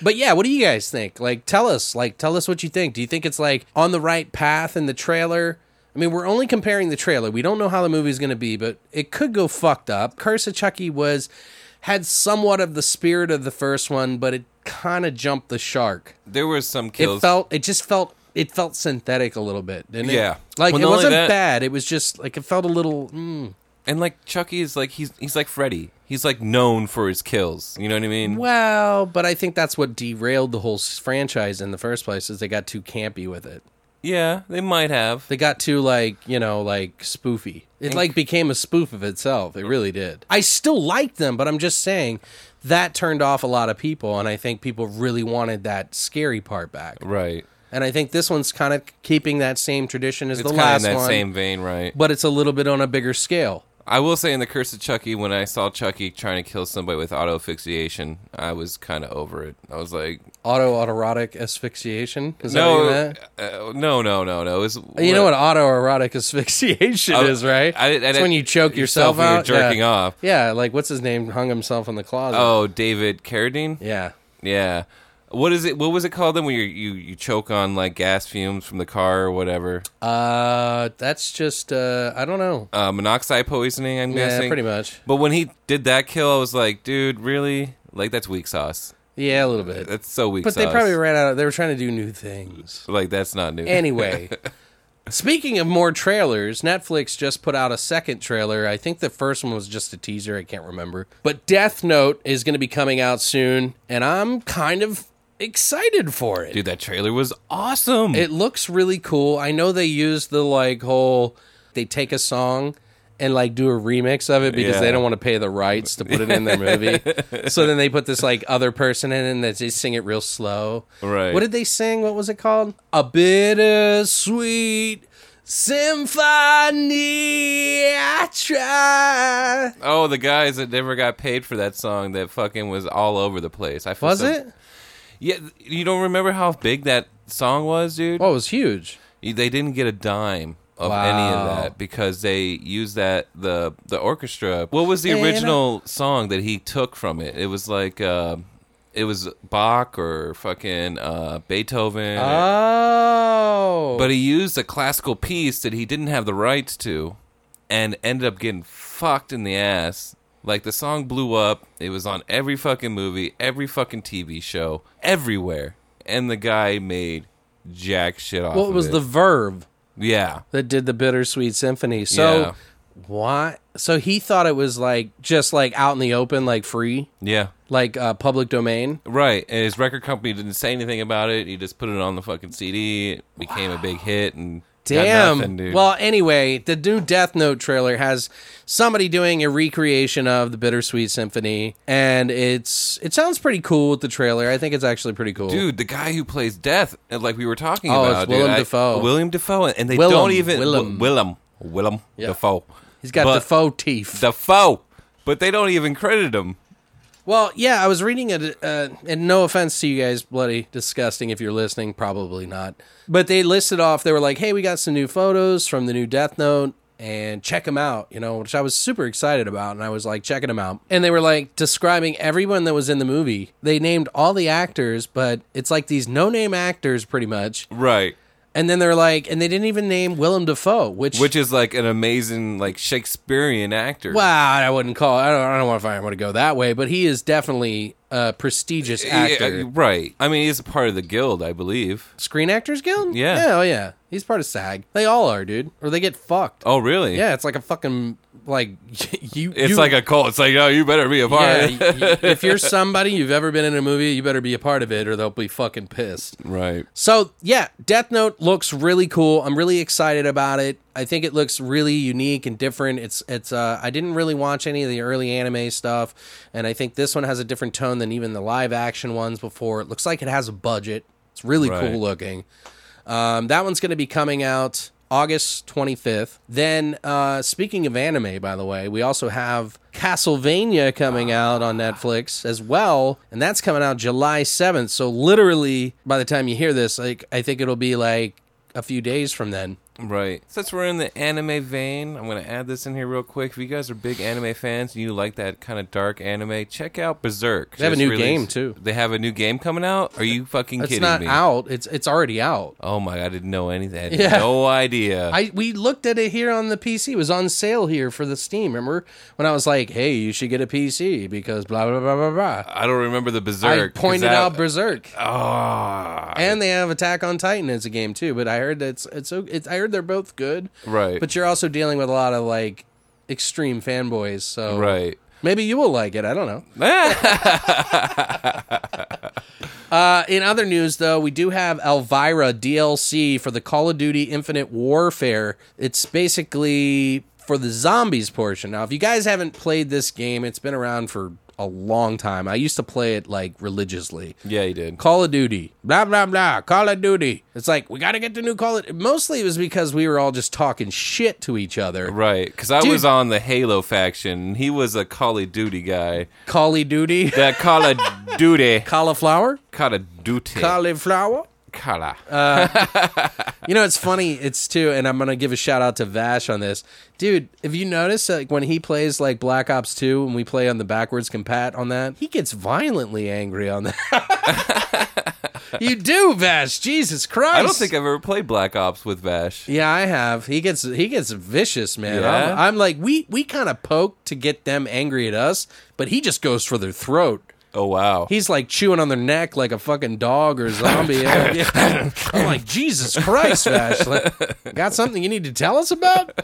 S2: but yeah, what do you guys think? Like, tell us. Like, tell us what you think. Do you think it's like on the right path in the trailer? I mean, we're only comparing the trailer. We don't know how the movie's going to be, but it could go fucked up. Curse of Chucky was had somewhat of the spirit of the first one, but it kind of jumped the shark.
S3: there was some
S2: It
S3: kills.
S2: felt. It just felt. It felt synthetic a little bit, didn't it?
S3: Yeah.
S2: Like
S3: Well,
S2: it
S3: not only
S2: wasn't
S3: that-
S2: bad. It was just like it felt a little. Mm,
S3: and like Chucky is like he's he's like Freddy. He's like known for his kills. You know what I mean?
S2: Well, but I think that's what derailed the whole s- franchise in the first place is they got too campy with it.
S3: Yeah, they might have.
S2: They got too like, you know, like spoofy. It like became a spoof of itself. It really did. I still like them, but I'm just saying that turned off a lot of people and I think people really wanted that scary part back.
S3: Right.
S2: And I think this one's kind of keeping that same tradition as
S3: It's
S2: the
S3: kind of in
S2: last
S3: that
S2: one,
S3: same vein, right?
S2: but it's a little bit on a bigger scale.
S3: I will say in the Curse of Chucky, when I saw Chucky trying to kill somebody with auto asphyxiation, I was kind of over it. I was like,
S2: Autoerotic asphyxiation? Is that what
S3: no,
S2: you meant?
S3: uh, no, no, no, no. It was,
S2: You know what autoerotic *laughs* asphyxiation
S3: I-
S2: is, right?
S3: I- I-
S2: it's when you choke yourself,
S3: yourself when you're
S2: out. Yeah.
S3: jerking off.
S2: Yeah, like what's his name hung himself in the closet.
S3: Oh, David Carradine.
S2: Yeah.
S3: Yeah. What is it? What was it called then? When you you you choke on like gas fumes from the car or whatever?
S2: Uh, that's just, uh, I don't know.
S3: Uh, monoxide poisoning. I'm
S2: Yeah,
S3: guessing.
S2: pretty much.
S3: But when he did that kill, I was like, dude, really? Like that's weak sauce.
S2: Yeah, a little bit.
S3: That's so weak.
S2: but they
S3: sauce.
S2: probably ran out of, they were trying to do new things.
S3: like that's not new. *laughs*
S2: Anyway, speaking of more trailers, Netflix just put out a second trailer. I think the first one was just a teaser. I can't remember. But Death Note is going to be coming out soon, and I'm kind of excited for it.
S3: dude, that trailer was awesome.
S2: It looks really cool. I know they use the like whole they take a song and like do a remix of it because
S3: Yeah.
S2: they don't want to pay the rights to put it in their movie.
S3: *laughs*
S2: so then they put this like other person in and they just sing it real slow.
S3: Right.
S2: What did they sing? What was it called? A bittersweet symphony. I try.
S3: oh, the guys that never got paid for that song that fucking was all over the place. I feel
S2: Was
S3: so-
S2: it?
S3: Yeah, th- you don't remember how big that song was, dude?
S2: Oh, it was huge.
S3: You- They didn't get a dime of any of
S2: Wow.
S3: that because they used that the the orchestra. What was the
S2: And I-
S3: original song that he took from it? It was like uh, it was Bach or fucking uh, Beethoven.
S2: Oh.
S3: but he used a classical piece that he didn't have the rights to and ended up getting fucked in the ass. Like the song blew up. It was on every fucking movie, every fucking TV show, everywhere. And the guy made jack shit off.
S2: what
S3: of
S2: was
S3: it.
S2: the verb?
S3: yeah?
S2: that did the bittersweet symphony. So
S3: Yeah.
S2: why? So he thought it was like just like out in the open, like free,
S3: Yeah,
S2: like uh, public domain.
S3: right. And his record company didn't say anything about it. He just put it on the fucking CD. It became a big hit and got
S2: Damn.
S3: nothing, dude.
S2: well, anyway, the new Death Note trailer has somebody doing a recreation of the Bittersweet Symphony, and it's it sounds pretty cool with the trailer. I think it's actually pretty cool.
S3: dude, the guy who plays Death, and like we were talking
S2: Oh,
S3: about,
S2: it's
S3: dude,
S2: Willem
S3: I-
S2: Dafoe.
S3: William Defoe, and they
S2: Willem,
S3: don't even
S2: Willem.
S3: Willem, Willem, Willem Dafoe.
S2: he's got
S3: But-
S2: the faux teeth.
S3: Dafoe, but they don't even credit him.
S2: Well, yeah, I was reading it, uh, and no offense to you guys, bloody disgusting if you're listening, probably not. But they listed off, they were like, hey, we got some new photos from the new Death Note, and check them out, you know, which I was super excited about, and I was like, checking them out. And they were like describing everyone that was in the movie. They named all the actors, but it's like these no name actors, pretty much.
S3: Right.
S2: And then they're like, and they didn't even name Willem Dafoe, which.
S3: Which is like an amazing, like Shakespearean actor.
S2: well, I wouldn't call. I don't. I don't know if I want to go that way, but he is definitely a prestigious
S3: Yeah,
S2: actor.
S3: right. I mean, he's a part of the guild, I believe.
S2: Screen Actors Guild?
S3: Yeah.
S2: Oh, yeah. He's part of SAG. They all are, dude. Or they get fucked.
S3: Oh, really?
S2: Yeah, it's like a fucking, like, *laughs* you.
S3: It's
S2: you-
S3: like a cult. It's like, oh, you better be a part.
S2: Yeah, y- y- if you're somebody you've ever been in a movie, you better be a part of it or they'll be fucking pissed.
S3: *laughs* right.
S2: So, yeah, Death Note looks really cool. I'm really excited about it. I think it looks really unique and different. It's it's uh I didn't really watch any of the early anime stuff, and I think this one has a different tone than even the live action ones before. It looks like it has a budget. It's really
S3: Right.
S2: cool looking. Um, that one's going to be coming out August 25th. Then, uh, speaking of anime, by the way, we also have Castlevania coming out on Netflix as well, and that's coming out July 7th. So, literally, by the time you hear this, like I think it'll be like a few days from then.
S3: Right. Since we're in the anime vein, I'm going to add this in here real quick. If you guys are big anime fans and you like that kind of dark anime, check out Berserk.
S2: They have a new
S3: released-
S2: game, too.
S3: They have a new game coming out? Are you fucking
S2: It's
S3: kidding
S2: not
S3: me?
S2: out. It's it's already out.
S3: Oh my god, I didn't know anything. I had
S2: Yeah.
S3: no idea.
S2: I we looked at it here on the PC. It was on sale here for the Steam. Remember when I was like, "Hey, you should get a PC because blah blah blah blah blah."
S3: I don't remember the
S2: I
S3: Berserk. 'cause
S2: pointed
S3: that-
S2: out Berserk,
S3: Ah.
S2: and they have Attack on Titan as a game too. But I heard that it's it's, o- it's I heard they're both good,
S3: Right.
S2: But you're also dealing with a lot of like extreme fanboys, so
S3: right. *laughs*
S2: maybe you will like it. I don't know.
S3: Ah!
S2: Uh, in other news, though, we do have Elvira DLC for the Call of Duty Infinite Warfare. It's basically for the zombies portion. Now, if you guys haven't played this game, it's been around for a long time. I used to play it like religiously.
S3: yeah, he did.
S2: Call of Duty, blah blah blah. Call of Duty. It's like we got to get the new Call of. Mostly, it was because we were all just talking shit to each other.
S3: Right, because I
S2: Dude.
S3: was on the Halo faction. and He was a Call of Duty guy.
S2: Call of
S3: *laughs*
S2: Duty,
S3: That Call of Duty,
S2: cauliflower,
S3: Call of Duty,
S2: cauliflower.
S3: Call
S2: Uh,
S3: of-
S2: You know, it's funny. It's too, and I'm gonna give a shout out to Vash on this, dude. If you notice, like when he plays like Black Ops Two, and we play on the backwards compat on that, he gets violently angry on that. *laughs* you do, Vash. Jesus Christ!
S3: I don't think I've ever played Black Ops with Vash.
S2: yeah, I have. He gets he gets vicious, man. I'm,
S3: Yeah?
S2: I'm like we we kind of poke to get them angry at us, but he just goes for their throat.
S3: Oh wow,
S2: He's like chewing on their neck like a fucking dog or zombie. Yeah, yeah. I'm like, Jesus Christ, Vash. Like, got something you need to tell us about?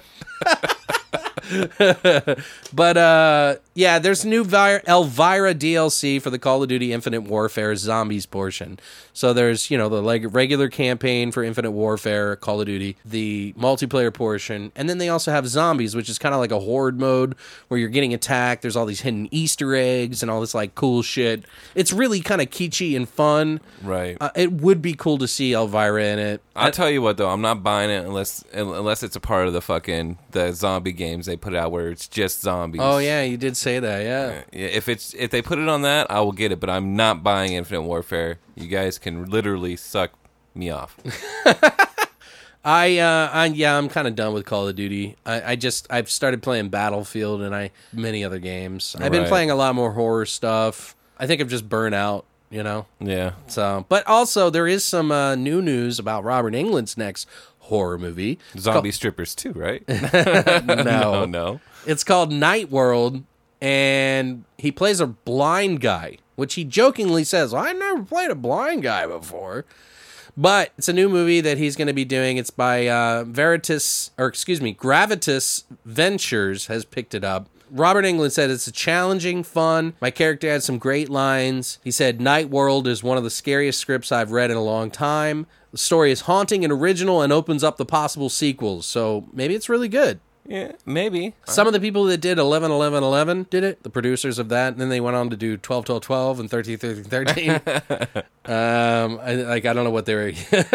S2: but uh, yeah, there's new Vi- Elvira DLC for the Call of Duty Infinite Warfare Zombies portion. So there's you know the leg- regular campaign for Infinite Warfare Call of Duty, the multiplayer portion, and then they also have zombies, which is kind of like a horde mode where you're getting attacked. There's all these hidden Easter eggs and all this like cool shit. It's really kind of kitschy and fun.
S3: right.
S2: Uh, it would be cool to see Elvira in it.
S3: I'll tell you what though, I'm not buying it unless unless it's a part of the fucking the zombie games they put out where it's just zombies.
S2: Oh yeah, you did say that. Yeah.
S3: Yeah, If it's if they put it on that, I will get it, but I'm not buying Infinite Warfare. You guys can literally suck me
S2: *laughs*
S3: off.
S2: I, uh, I yeah, I'm kind of done with Call of Duty. I, I just I've started playing Battlefield and I many other games. I've been
S3: Right.
S2: playing a lot more horror stuff. I think I've just burned out, you know.
S3: Yeah.
S2: So, but also there is some uh, new news about Robert England's next horror movie. It's
S3: Zombie strippers too,
S2: *laughs*
S3: right?
S2: called,
S3: Oh
S2: *laughs* no,
S3: no.
S2: It's called Night World, and he plays a blind guy, which he jokingly says, "I never played a blind guy before." But it's a new movie that he's going to be doing. It's by uh, Veritas, or excuse me, Gravitas Ventures has picked it up. Robert England said it's a challenging, fun. My character had some great lines. He said, "Night World is one of the scariest scripts I've read in a long time. The story is haunting and original, and opens up the possible sequels. So maybe it's really good."
S3: Yeah, maybe.
S2: Some of the people that did 11 11 11 did it, the producers of that, and then they went on to do 12 12 12 and 13 13 13. um, I, like, I don't know what they were. *laughs* it's like,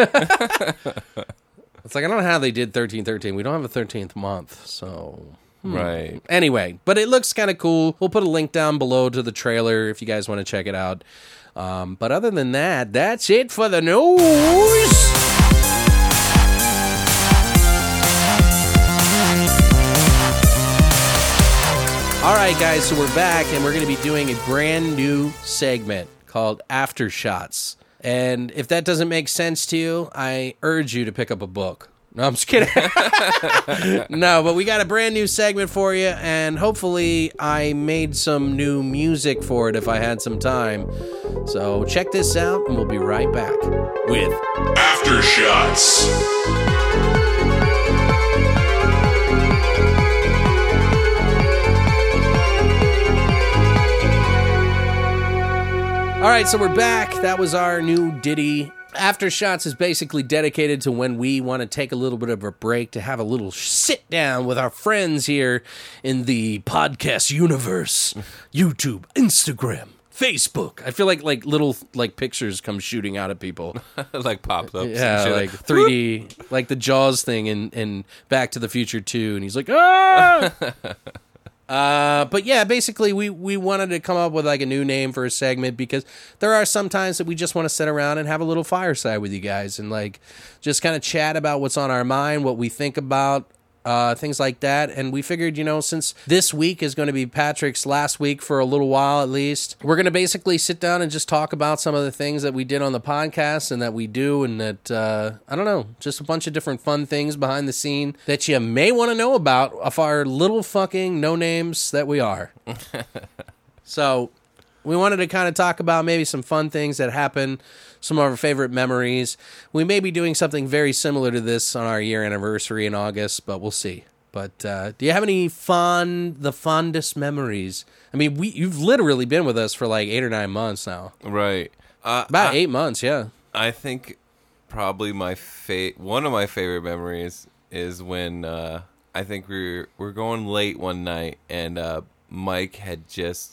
S2: I don't know how they did 13 13. We don't have a 13th month, so.
S3: Right. *laughs*
S2: Anyway, but it looks kind of cool. We'll put a link down below to the trailer if you guys want to check it out. Um, but other than that, that's it for the news. All right, guys, so we're back and we're going to be doing a brand new segment called Aftershots. And if that doesn't make sense to you, I urge you to pick up a book. No, I'm just kidding. *laughs* no, but we got a brand new segment for you, and hopefully, I made some new music for it if I had some time. So, check this out, and we'll be right back with
S1: Aftershots.
S2: All right, so we're back. That was our new ditty. Aftershots is basically dedicated to when we want to take a little bit of a break to have a little sit down with our friends here in the podcast universe, YouTube, Instagram, Facebook. I feel like like little like pictures come shooting out at people.
S3: like pop ups.
S2: Yeah, like 3D, like the Jaws thing in, in Back to the Future 2. And he's like, ah! uh, but yeah, basically, we, we wanted to come up with like a new name for a segment because there are some times that we just want to sit around and have a little fireside with you guys and like just kind of chat about what's on our mind, what we think about. Uh, things like that. And we figured, you know, since this week is going to be Patrick's last week for a little while at least, we're going to basically sit down and just talk about some of the things that we did on the podcast and that we do, and that, uh, I don't know, just a bunch of different fun things behind the scene that you may want to know about of our little fucking no names that we are. so we wanted to kind of talk about maybe some fun things that happen, some of our favorite memories. We may be doing something very similar to this on our year anniversary in August, but we'll see. But uh, do you have any fun, the fondest memories? I mean, we you've literally been with us for like eight or nine months now,
S3: Right. Uh,
S2: about
S3: I,
S2: eight months, yeah.
S3: I think probably my fa- one of my favorite memories is when uh, I think we were, we're going late one night and uh, Mike had just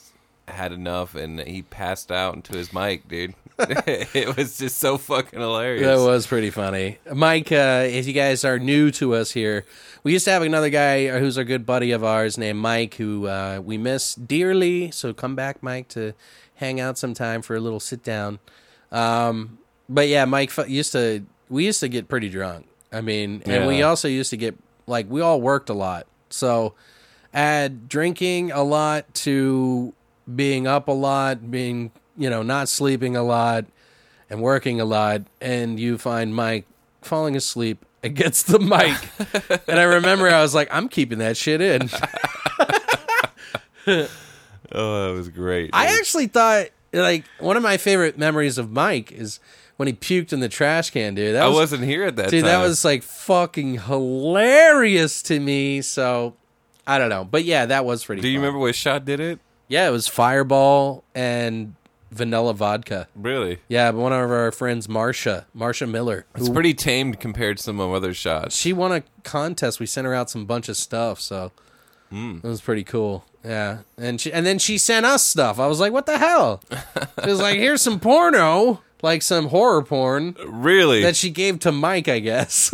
S3: had enough and he passed out into his mic, dude. *laughs* it was just so fucking hilarious.
S2: That was pretty funny. Mike, uh, if you guys are new to us here, we used to have another guy who's a good buddy of ours named Mike, who uh, we miss dearly. So come back, Mike, to hang out sometime for a little sit down. Um, but yeah, Mike fu- used to, we used to get pretty drunk. I mean, and we
S3: Yeah.
S2: also used to get, like, we all worked a lot. So add drinking a lot to being up a lot, being, you know, not sleeping a lot and working a lot, and you find Mike falling asleep against the
S3: *laughs*
S2: mic. and I remember I was like, I'm keeping that shit in.
S3: oh, that was great.
S2: I
S3: dude.
S2: actually thought, like, one of my favorite memories of Mike is when he puked in the trash can, dude. That
S3: I
S2: was,
S3: wasn't here at that
S2: dude,
S3: time.
S2: that was like fucking hilarious to me. So I don't know, but yeah, that was pretty.
S3: Do you
S2: fun.
S3: remember what shot did it?
S2: Yeah, it was Fireball and vanilla vodka.
S3: Really?
S2: Yeah, but one of our friends, Marsha, Marsha Miller,
S3: It's pretty tamed compared to some of my other shots.
S2: she won a contest. We sent her out some bunch of stuff, so
S3: Hmm.
S2: it was pretty cool. Yeah, and she and then she sent us stuff. I was like, "What the hell?" She was like, "Here's some porno, like some horror porn
S3: Really?
S2: that she gave to Mike, I guess." *laughs*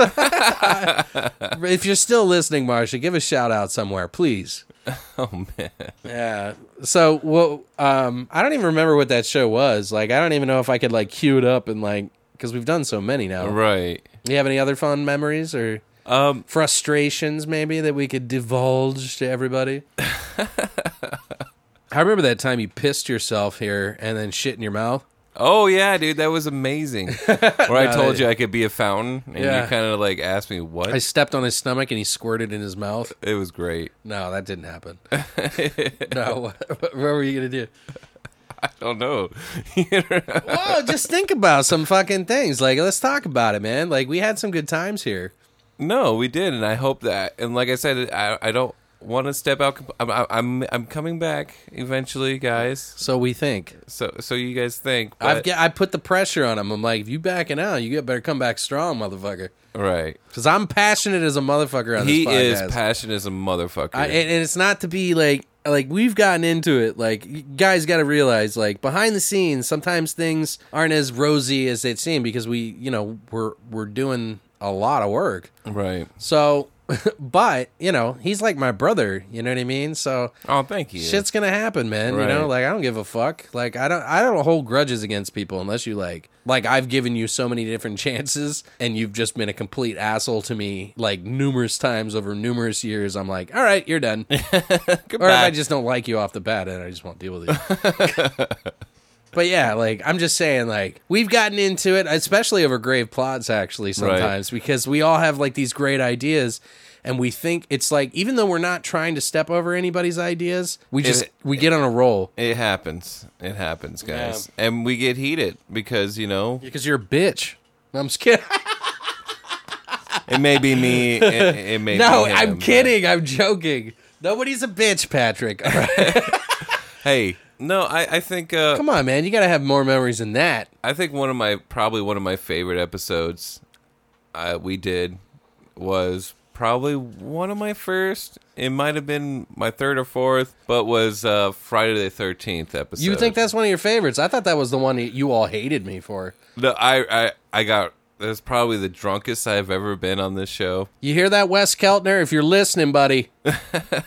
S2: if you're still listening, Marsha, give a shout out somewhere, please.
S3: *laughs* oh man.
S2: Yeah. So, well, um, I don't even remember what that show was. Like, I don't even know if I could like cue it up and like because we've done so many now.
S3: Right.
S2: Do you have any other fun memories or?
S3: Um
S2: frustrations maybe that we could divulge to
S3: *laughs*
S2: everybody? I remember that time you pissed yourself here and then shit in your mouth.
S3: Oh yeah, dude, that was
S2: *laughs*
S3: amazing. Where I told you I could be a fountain, and
S2: Yeah.
S3: you kind of like asked me what.
S2: I stepped on his stomach and he squirted in his mouth.
S3: It was great.
S2: No, that didn't
S3: *laughs*
S2: happen. no, what, what were you gonna do?
S3: I don't know. *laughs* You know?
S2: Oh, just think about some fucking things. Like, let's talk about it, man. Like, we had some good times here.
S3: no, we did, and I hope that. And like I said, I, I don't want to step out. comp- I'm, I'm I'm coming back eventually, guys.
S2: So we think.
S3: So so you guys think
S2: I've
S3: but-
S2: get, I put the pressure on him. I'm like, if you backing out, you better come back strong, motherfucker.
S3: right.
S2: Because I'm passionate as a motherfucker on this
S3: He
S2: podcast.
S3: is passionate as a motherfucker.
S2: I, and, and it's not to be like like we've gotten into it like you guys got to realize like behind the scenes sometimes things aren't as rosy as they'd seem because we you know we're we're doing a lot of work
S3: right.
S2: so *laughs* but you know he's like my brother you know what i mean so
S3: Oh, thank you.
S2: shit's gonna happen man you know like
S3: Right.
S2: i don't give a fuck like i don't i don't hold grudges against people unless you like like i've given you so many different *laughs* chances and you've just been a complete asshole to me like numerous times over numerous years i'm like all right you're done or if I
S3: Goodbye.
S2: just don't like you off the bat and I just won't deal with you. *laughs* but yeah, like I'm just saying, like we've gotten into it, especially over grave plots, actually sometimes because we all have like these great ideas, and we think it's like even though we're not trying to step over anybody's ideas, we just we get on a roll
S3: It happens. It happens, guys. And we get heated because, you know,
S2: because you're a bitch. No, I'm just kidding.
S3: it may be me. It, it may
S2: No,
S3: be him,
S2: I'm
S3: but-
S2: kidding. I'm joking. Nobody's a bitch, Patrick. All right.
S3: Hey, no, I, I think uh,
S2: Come on, man. You got to have more memories than that.
S3: I think one of my probably one of my favorite episodes uh, we did was probably one of my first. It might have been my third or fourth, but was uh, Friday the Thirteenth episode.
S2: You think that's one of your favorites? I thought that was the one that you all hated me for.
S3: No, I, I, I got. That's probably the drunkest I've ever been on this show.
S2: You hear that, Wes Keltner? If you're listening,
S3: *laughs*
S2: buddy,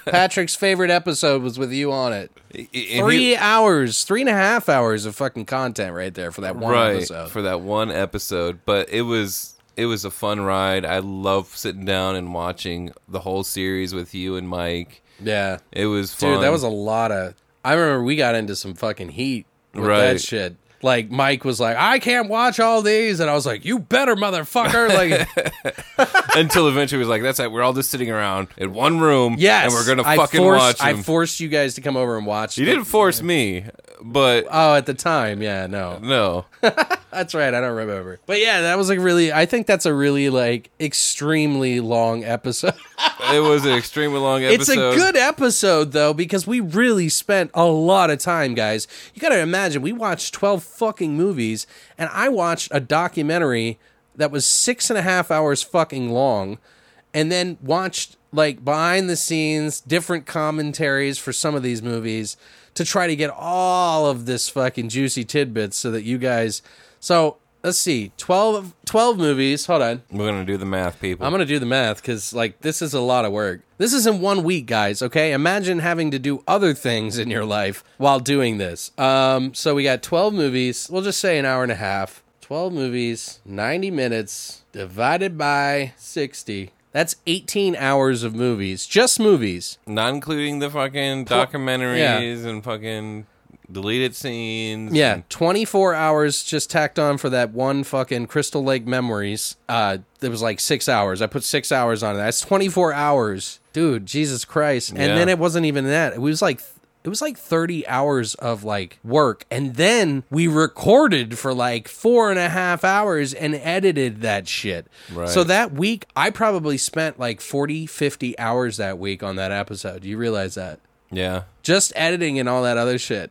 S2: Patrick's favorite episode was with you on it.
S3: I- I- and
S2: Three
S3: he-
S2: hours, three and a half hours of fucking content right there for that one
S3: right
S2: episode.
S3: for that one episode, but it was it was a fun ride. I love sitting down and watching the whole series with you and Mike.
S2: yeah,
S3: It was fun.
S2: dude, that was a lot of. I remember we got into some fucking heat with that
S3: Right.
S2: shit. Like Mike was like, "I can't watch all these," and I was like, "You better, motherfucker!"
S3: *laughs*
S2: Like.
S3: *laughs* until eventually it was like, that's it. We're all just sitting around in one room.
S2: Yes,
S3: and we're gonna
S2: I
S3: fucking
S2: forced,
S3: watch
S2: I
S3: them.
S2: forced you guys to come over and watch.
S3: you
S2: the-
S3: didn't force me, but
S2: Oh, at the time, yeah, no,
S3: no,
S2: that's right. I don't remember, but yeah, that was like really. I think that's a really like extremely long episode. *laughs*
S3: it was an extremely long episode.
S2: It's a good episode though because we really spent a lot of time, guys. You got to imagine we watched twelve fucking movies, and I watched a documentary that was six and a half hours fucking long, and then watched like behind the scenes different commentaries for some of these movies to try to get all of this fucking juicy tidbits so that you guys. So let's see, 12, 12 movies. Hold on.
S3: We're gonna do the math, people.
S2: I'm gonna do the math because like this is a lot of work. This is in one week, guys. Okay, imagine having to do other things in your life while doing this. Um, so we got 12 movies. We'll just say an hour and a half. 12 movies, 90 minutes divided by 60. That's 18 hours of movies, just movies.
S3: Not including the fucking documentaries and fucking deleted scenes.
S2: Yeah,
S3: and
S2: 24 hours just tacked on for that one fucking Crystal Lake Memories. Uh, it was like six hours. I put six hours on it. That's 24 hours, dude. Jesus Christ! And
S3: Yeah.
S2: then it wasn't even that. It was like it was like 30 hours of like work, and then we recorded for like four and a half hours and edited that shit.
S3: Right.
S2: So that week, I probably spent like 40, 50 hours that week on that episode. Do you realize that?
S3: yeah.
S2: just editing and all that other shit.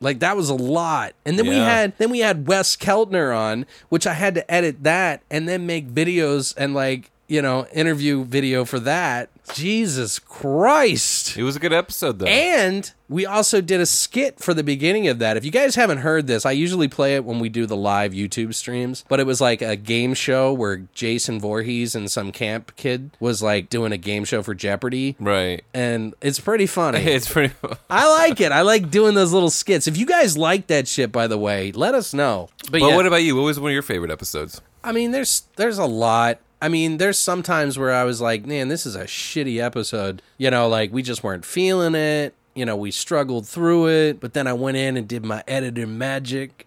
S2: Like that was a lot. And then we
S3: Yeah.
S2: had then we had Wes Keltner on, which I had to edit that and then make videos and like, you know, interview video for that. Jesus Christ.
S3: It was a good episode though.
S2: And we also did a skit for the beginning of that. If you guys haven't heard this, I usually play it when we do the live YouTube streams, but it was like a game show where Jason Voorhees and some camp kid was like doing a game show for Jeopardy.
S3: right. *laughs*
S2: And it's pretty funny.
S3: It's pretty.
S2: I like it. I like doing those little skits. If you guys like that shit, by the way, let us know. But,
S3: But
S2: yeah,
S3: what about you? What was one of your favorite episodes?
S2: I mean, there's there's a lot. I mean, there's sometimes where I was like, man, this is a shitty episode. You know, like we just weren't feeling it. You know, we struggled through it. But then I went in and did my editor magic. *laughs*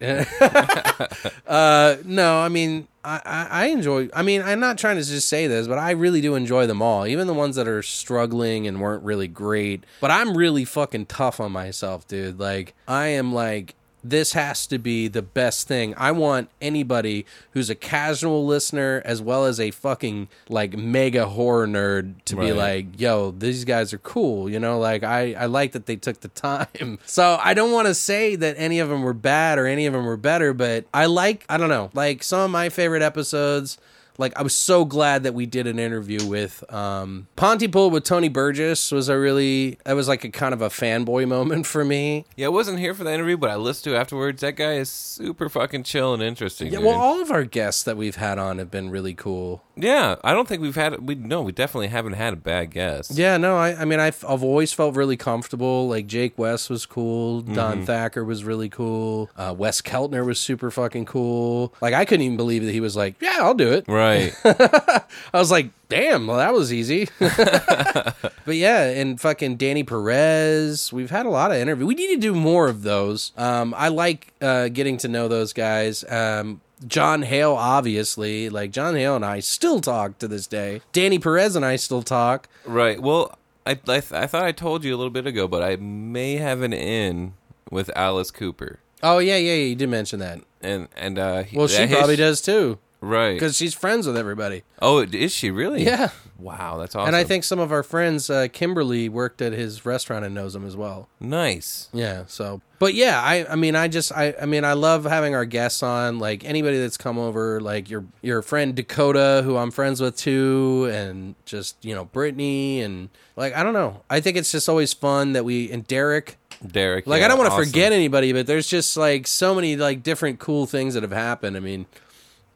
S2: uh, no, I mean, I, I I enjoy. I mean, I'm not trying to just say this, but I really do enjoy them all, even the ones that are struggling and weren't really great. But I'm really fucking tough on myself, dude. Like I am like this has to be the best thing. I want anybody who's a casual listener as well as a fucking like mega horror nerd to be
S3: Right.
S2: like, yo, these guys are cool, you know, like I I like that they took the time. *laughs* So I don't want to say that any of them were bad or any of them were better, but I like I don't know, like some of my favorite episodes like I was so glad that we did an interview with um Pontypool with Tony Burgess was a really that was like a kind of a fanboy *laughs* moment for me.
S3: Yeah, I wasn't here for the interview, but I listened to it afterwards. That guy is super fucking chill and interesting.
S2: Yeah,
S3: Yeah,
S2: well, all of our guests that we've had on have been really cool.
S3: yeah I don't think we've had. We no, we definitely haven't had a bad guest.
S2: Yeah, no, I, I mean, I've, I've always felt really comfortable. Like Jake West was cool, Don Thacker was really cool, uh, Wes Keltner was super fucking cool. Like I couldn't even believe that he was like, yeah, I'll do it. *laughs*
S3: *laughs* Right.
S2: I was like, damn, well, that was easy. *laughs* but yeah, and fucking Danny Perez. We've had a lot of interviews. We need to do more of those. Um, I like uh, getting to know those guys. Um, John Hale, obviously. Like, John Hale and I still talk to this day. Danny Perez and I still talk.
S3: Right. Well, I I, th- I thought I told you a little bit ago, but I may have an in with Alice Cooper,
S2: Oh, yeah, yeah, yeah. You did mention that.
S3: and and uh, he-
S2: Well, she
S3: his-
S2: probably does too.
S3: Right.
S2: because she's friends with everybody.
S3: Oh, is she really?
S2: Yeah.
S3: Wow, that's awesome.
S2: And I think some of our friends, uh, Kimberly, worked at his restaurant and knows him as well.
S3: nice.
S2: Yeah. So, but yeah, I, I mean, I just, I, I mean, I love having our guests on. Like anybody that's come over, like your your friend Dakota, who I'm friends with too, and just you know Brittany, and like I don't know. I think it's just always fun that we and Derek.
S3: Derek.
S2: Like
S3: yeah,
S2: I don't want to
S3: awesome.
S2: forget anybody, but there's just like so many like different cool things that have happened. I mean,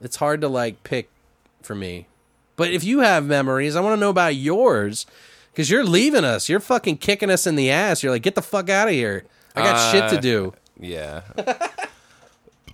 S2: it's hard to like pick for me. But if you have memories, I want to know about yours because you're leaving us. You're fucking kicking us in the ass. You're like, get the fuck out of here. I got shit to
S3: Uh,
S2: do. *laughs*
S3: Yeah.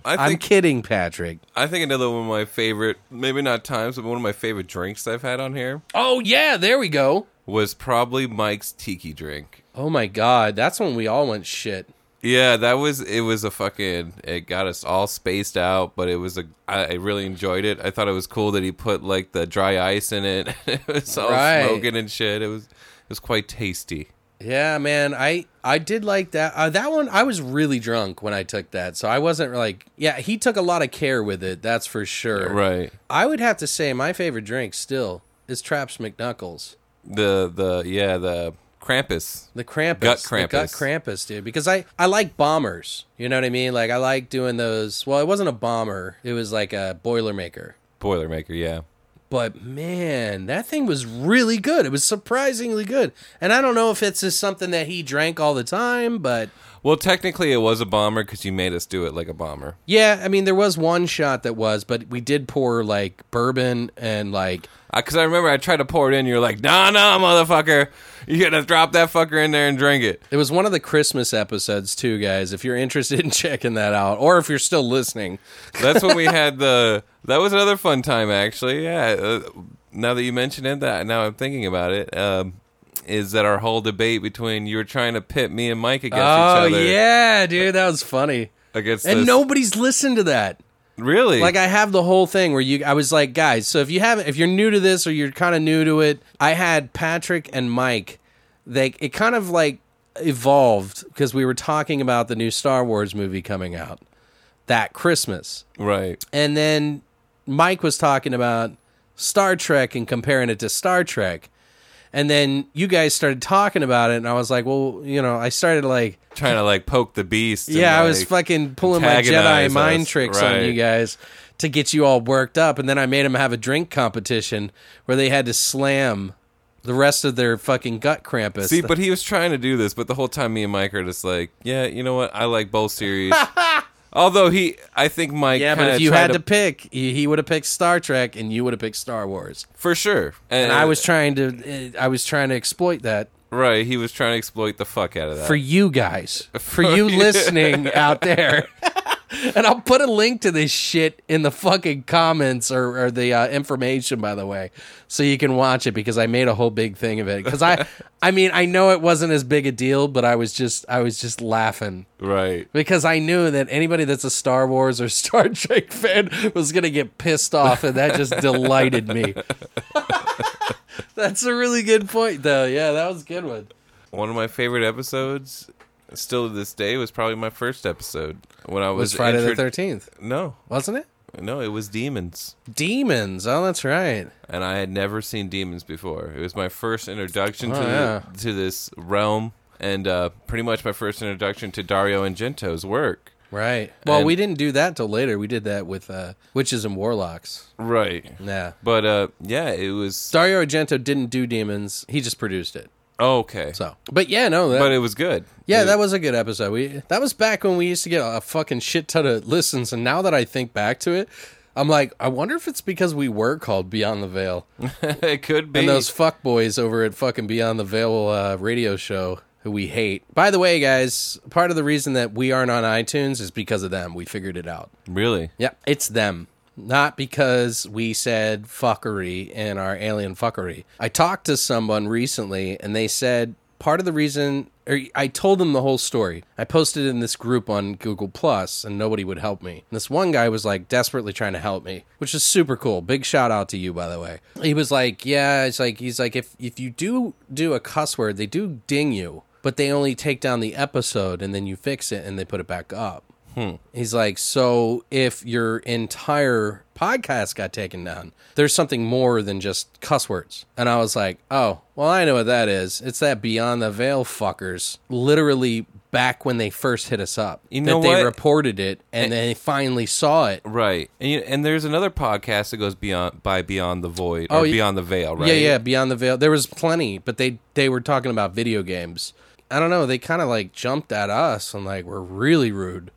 S3: I
S2: I'm
S3: think
S2: kidding, Patrick.
S3: I think another one of my favorite, maybe not times, but one of my favorite drinks I've had on here
S2: Oh yeah, there we go.
S3: was probably Mike's tiki drink.
S2: Oh my god, that's when we all went shit.
S3: Yeah, that was it. Was a fucking it got us all spaced out, but it was a. I, I really enjoyed it. I thought it was cool that he put like the dry ice in it. *laughs* it was all
S2: Right.
S3: smoking and shit. It was it was quite tasty.
S2: Yeah, man, I I did like that. Uh, that one, I was really drunk when I took that, so I wasn't like, yeah. He took a lot of care with it, that's for sure.
S3: Right.
S2: I would have to say my favorite drink still is Traps McNuckles,
S3: The the yeah the Krampus.
S2: the Krampus,
S3: Gut
S2: the gut
S3: Krampus.
S2: Krampus, dude. Because I I like bombers. You know what I mean? Like I like doing those. Well, it wasn't a bomber. It was like a Boilermaker.
S3: Boilermaker. Yeah.
S2: But man, that thing was really good. It was surprisingly good. And I don't know if it's just something that he drank all the time, but
S3: Well, technically it was a bomber because you made us do it like a bomber.
S2: yeah, I mean, there was one shot that was, but we did pour like bourbon and like,
S3: Because I, remember I tried to pour it in. You're like, nah, nah, motherfucker. You're gonna drop that fucker in there and drink it.
S2: it was one of the Christmas episodes too, guys. If you're interested in *laughs* checking that out, or if you're still listening,
S3: That's when we had the. *laughs* That was another fun time, actually. Yeah. Uh, now that you mention it, that now I'm thinking about it. Um, is that our whole debate between you were trying to pit me and Mike against
S2: Oh
S3: each other?
S2: yeah, dude, that was funny. *laughs*
S3: Against
S2: And
S3: this-
S2: nobody's listened to that.
S3: really
S2: Like I have the whole thing where you I was like, guys, so if you haven't if you're new to this or you're kind of new to it, I had Patrick and Mike. They it kind of like evolved because we were talking about the new Star Wars movie coming out that Christmas.
S3: right.
S2: And then Mike was talking about Star Trek and comparing it to Star Trek. And then you guys started talking about it and I was like, well, you know, I started like
S3: Trying to like poke the beast. and,
S2: yeah, I was
S3: like-
S2: fucking pulling my Jedi
S3: antagonize
S2: mind
S3: us,
S2: tricks on
S3: right.
S2: you guys to get you all worked up, and then I made them have a drink competition where they had to slam the rest of their fucking gut Krampus.
S3: See, but he was trying to do this, but the whole time me and Mike are just like, yeah, you know what? I like
S2: *laughs*
S3: both series. Although he, I think Mike.
S2: yeah, but
S3: kinda
S2: if you
S3: tried
S2: had to, pick, he, he would have picked Star Trek, and you would have picked Star Wars.
S3: for sure,
S2: And I was trying to, uh, I was trying to exploit that
S3: right. He was trying to exploit the fuck out of that.
S2: for you *laughs* guys, for you
S3: you.
S2: listening out *laughs* there. And I'll put a link to this shit in the fucking comments or, or the uh, information, by the way, so you can watch it because I made a whole big thing of it. Because *laughs* I, I mean, I know it wasn't as big a deal, but I was just, I was just laughing
S3: right.
S2: because I knew that anybody that's a Star Wars or *laughs* Star Trek fan was gonna get pissed off, and that just delighted me. *laughs* that's a really good point, though. Yeah, that was a good one.
S3: one of my favorite episodes still to this day was probably my first episode when I
S2: was,
S3: was,
S2: Friday
S3: intro-
S2: the thirteenth,
S3: No,
S2: wasn't it?
S3: no, it was Demons,
S2: Demons. Oh, that's right.
S3: and I had never seen Demons before. It was my first introduction
S2: Oh,
S3: to
S2: yeah.
S3: the, to this realm, and uh, pretty much my first introduction to Dario Argento's work.
S2: Right. Well,
S3: And-
S2: we didn't do that till later. We did that with uh, Witches and Warlocks.
S3: Right,
S2: Yeah.
S3: but uh, yeah, it was
S2: Dario Argento didn't do Demons. He just produced it.
S3: oh, okay,
S2: So, but yeah, no, that,
S3: but it was good.
S2: yeah,
S3: It-
S2: that was a good episode. We that was back when we used to get a fucking shit ton of listens, and now that I think back to it, I'm like, I wonder if it's because we were called Beyond the Veil,
S3: *laughs* it could be
S2: and those fuckboys over at fucking Beyond the Veil uh, radio show who we hate. By the way, guys, part of the reason that we aren't on iTunes is because of them. We figured it out.
S3: really.
S2: Yeah, it's them. Not because we said fuckery in our alien fuckery. I talked to someone recently and they said part of the reason or I told them the whole story. I posted it in this group on Google Plus and nobody would help me. And this one guy was like desperately trying to help me, which is super cool. Big shout out to you by the way. He was like, "Yeah, it's like he's like if if you do do a cuss word, they do ding you, but they only take down the episode and then you fix it and they put it back up." He's like, so if your entire podcast got taken down, there's something more than just cuss words. And I was like, oh, well, I know what that is. It's that Beyond the Veil fuckers, literally back when they first hit us up.
S3: You know
S2: that they
S3: what?
S2: reported it and then they finally saw it.
S3: Right. And you, and there's another podcast that goes beyond by beyond the void or
S2: Oh, yeah.
S3: beyond the veil, right?
S2: Yeah, yeah, Beyond the Veil. There was plenty, but they they were talking about video games. I don't know. They kind of like jumped at us and like we're really rude.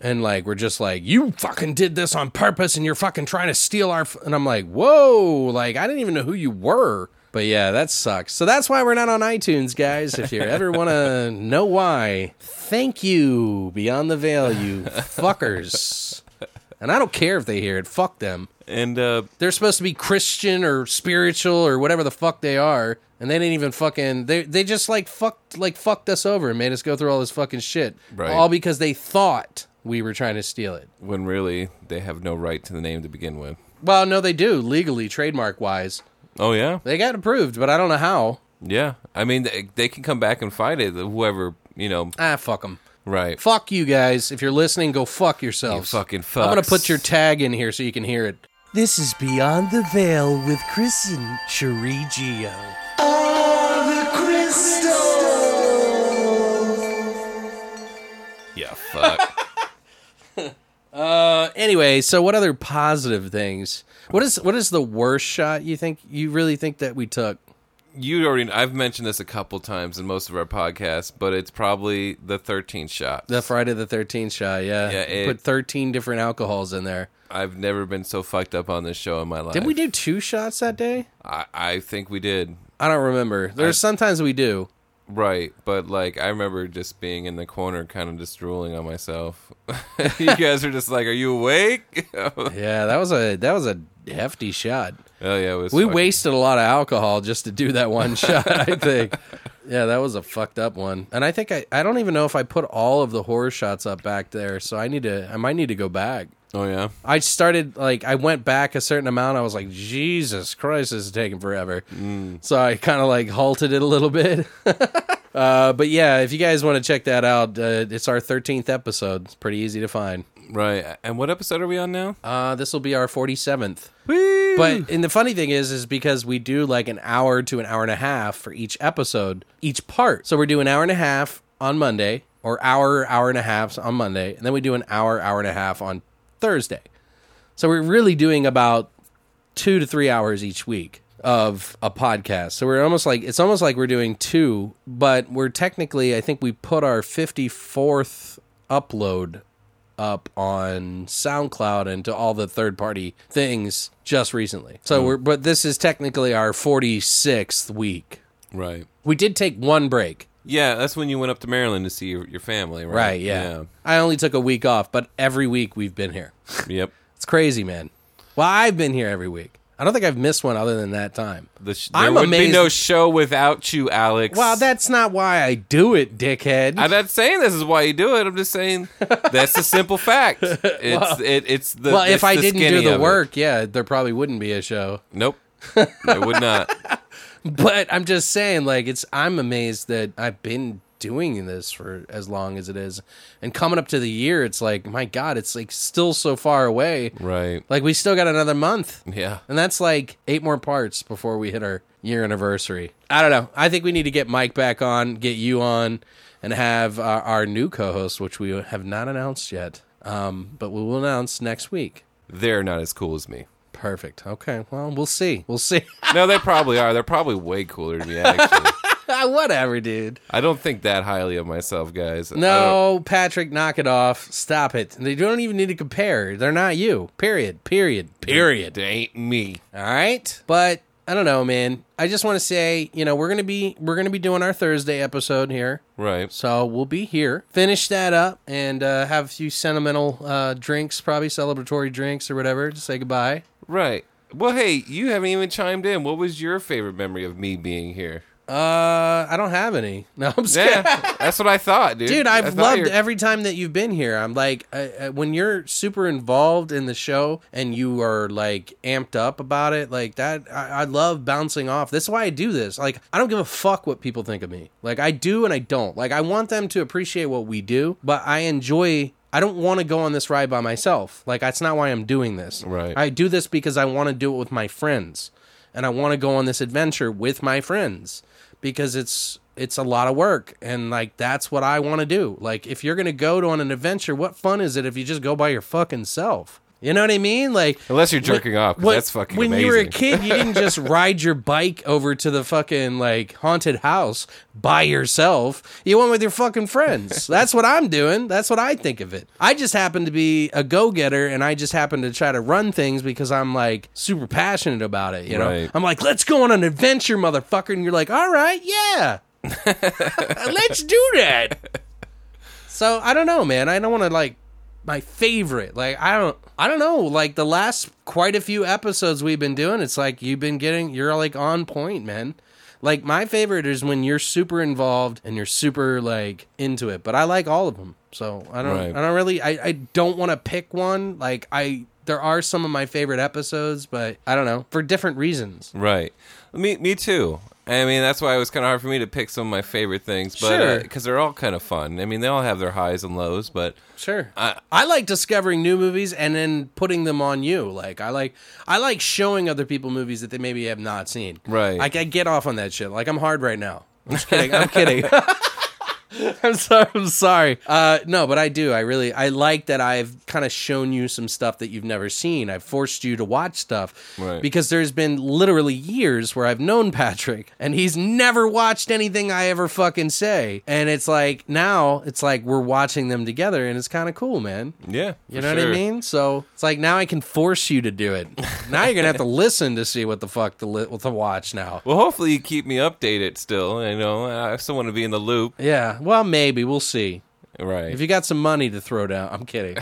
S2: And like we're just like you fucking did this on purpose, and you're fucking trying to steal our. F-. And I'm like, whoa! Like I didn't even know who you were. But yeah, that sucks. So that's why we're not on iTunes, guys. If you ever want to know why, thank you, Beyond the Veil, you fuckers. And I don't care if they hear it. Fuck them
S3: And uh
S2: they're supposed to be Christian or spiritual or whatever the fuck they are, and they didn't even fucking they they just like fucked like fucked us over and made us go through all this fucking shit,
S3: Right.
S2: all because they thought we were trying to steal it.
S3: when really they have no right to the name to begin with.
S2: Well, no, they do legally, trademark wise,
S3: Oh yeah.
S2: they got approved, but I don't know how.
S3: Yeah. I mean they, they can come back and fight it whoever, you know,
S2: Ah, fuck them.
S3: right.
S2: Fuck you guys. If you're listening, go fuck
S3: You
S2: yourselves.
S3: fucking fucks.
S2: I'm gonna put your tag in here so you can hear it. This is Beyond the Veil with Chris and Cherie Geo.
S3: Yeah, fuck. *laughs*
S2: Uh, anyway, so what other positive things? What is what is the worst shot you think you really think that we took?
S3: you already I've mentioned this a couple times in most of our podcasts, but it's probably the 13th shot.
S2: The Friday the Thirteenth shot, yeah.
S3: Yeah, it-
S2: Put thirteen different alcohols in there. Uh,
S3: I've never been so fucked up on this show in my life.
S2: Did we do two shots that day?
S3: I, I think we did.
S2: I don't remember. There's sometimes we *laughs* do.
S3: Right, but like I remember just being in the corner, kind of just drooling on myself. *laughs*
S2: *laughs*
S3: you guys are just like, "Are you awake?" *laughs* oh
S2: Yeah, that was a that was a hefty shot.
S3: yeah, it was.
S2: We
S3: fucking-
S2: wasted a lot of alcohol just to do that one *laughs* shot, I think. Yeah, that was a fucked up one. And I think I, I don't even know if I put all of the horror shots up back there, so I need to I might need to go back.
S3: Oh yeah,
S2: I started like I went back a certain amount. I was like, Jesus Christ, this is taking forever. So I kind of like halted it a little bit. *laughs* uh, but yeah, if you guys want to check that out, uh, it's our thirteenth episode. It's pretty easy to find.
S3: right. And what episode are we on now?
S2: Uh, this will be our forty seventh. But and the funny thing is, is because we do like an hour to an hour and a half for each episode, each part. So we do an hour and a half on Monday, or hour hour and a half on Monday, and then we do an hour hour and a half on Thursday. So we're really doing about two to three hours each week of a podcast. So we're almost like it's almost like we're doing two, but we're technically I think we put our fifty fourth upload up on SoundCloud and to all the third party things just recently. So
S3: Mm.
S2: we're but this is technically our forty sixth week.
S3: Right.
S2: We did take one break.
S3: Yeah, that's when you went up to Maryland to see your, your family, right?
S2: Right, yeah. I only took a week off, but every week we've been here.
S3: Yeah. Yep.
S2: It's crazy, man. Well, I've been here every week. I don't think I've missed one other than that time.
S3: The sh- there
S2: I'm
S3: would be
S2: amazed-
S3: no show without you, Alex.
S2: Well, that's not why I do it, dickhead.
S3: I'm not saying this is why you do it. I'm just saying that's the
S2: *laughs*
S3: simple fact. It's it, it's the
S2: well,
S3: it's
S2: if I
S3: the
S2: didn't do
S3: skinny
S2: the
S3: of it.
S2: work, yeah, there probably wouldn't be a show.
S3: nope, I would not. *laughs*
S2: But I'm just saying, like, it's I'm amazed that I've been doing this for as long as it is, and coming up to the year, it's like, my God, it's like still so far away.
S3: Right.
S2: *laughs* Like, we still got another month.
S3: Yeah.
S2: And that's like eight more parts before we hit our year anniversary. I don't know. I think we need to get Mike back on, get you on, and have our, our new co host, which we have not announced yet, um, but we will announce next week.
S3: They're not as cool as me.
S2: Perfect. Okay. Well, we'll see. We'll see. *laughs*
S3: No, they probably are. They're probably way cooler than me, actually.
S2: Whatever, dude.
S3: I don't think that highly of myself, guys. I don't-
S2: No, Patrick, knock it off. Stop it. They don't even need to compare. They're not you. Period. Period. Period.
S3: It ain't me.
S2: All right. But I don't know, man. I just want to say, you know, we're gonna be we're gonna be doing our Thursday episode here.
S3: Right.
S2: So we'll be here. Finish that up and uh, have a few sentimental uh, drinks, probably celebratory drinks or whatever, to say goodbye.
S3: Right. Well, hey, you haven't even chimed in. What was your favorite memory of me being here?
S2: Uh, I don't have any. *laughs* No, I'm just
S3: Yeah,
S2: kidding.
S3: that's what I thought, dude.
S2: Dude,
S3: I
S2: I've
S3: thought
S2: loved
S3: you're-
S2: every time that you've been here. I'm like, I, I, when you're super involved in the show and you are like amped up about it, like that, I, I love bouncing off. That's why I do this. Like, I don't give a fuck what people think of me. Like, I do and I don't. Like, I want them to appreciate what we do, but I enjoy. I don't want to go on this ride by myself. Like that's not why I'm doing this.
S3: Right.
S2: I do this because I want to do it with my friends, and I want to go on this adventure with my friends because it's it's a lot of work and like that's what I want to do. Like if you're gonna go to on an adventure, what fun is it if you just go by your fucking self? You know what I mean? Like
S3: Unless you're jerking
S2: when-
S3: off, 'cause
S2: when-
S3: that's fucking
S2: When you were a
S3: amazing.
S2: kid, you didn't just ride your bike over to the fucking like haunted house by yourself. You went with your fucking friends. That's what I'm doing. That's what I think of it. I just happen to be a go getter and I just happen to try to run things because I'm like super passionate about it. You know,
S3: Right.
S2: I'm like, let's go on an adventure, motherfucker. And you're like, all right, yeah, *laughs* let's do that. So I don't know, man. I don't want to like my favorite. Like I don't I don't know. Like the last quite a few episodes we've been doing, it's like you've been getting you're like on point, man. Like my favorite is when you're super involved and you're super like into it. But I like all of them. So I don't
S3: Right.
S2: I don't really I, I don't want to pick one. Like I there are some of my favorite episodes, but I don't know, for different reasons.
S3: Right. Me me too. I mean, that's why it was kind of hard for me to pick some of my favorite things,
S2: Sure.
S3: but because they're all kind of fun. I mean, they all have their highs and lows, but
S2: Sure.
S3: I-
S2: I like discovering new movies and then putting them on you. Like I like I like showing other people movies that they maybe have not seen.
S3: Right.
S2: Like I get off on that shit. Like I'm hard right now. I'm just kidding. I'm kidding. *laughs* I'm sorry. I'm sorry. Uh, no, but I do. I really I like that I've kind of shown you some stuff that you've never seen. I've forced you to watch stuff
S3: Right.
S2: because there's been literally years where I've known Patrick and he's never watched anything I ever fucking say. And it's like now it's like we're watching them together and it's kind of cool, man.
S3: yeah,
S2: You
S3: for
S2: know what I
S3: sure.
S2: mean? So it's like now I can force you to do it. now you're gonna have to *laughs* listen to see what the fuck to li- to watch now.
S3: Well, hopefully you keep me updated. Still, you know, I still want to be in the loop.
S2: Yeah. Well, maybe we'll see.
S3: Right.
S2: If you got some money to throw down, I'm
S3: *laughs*
S2: kidding.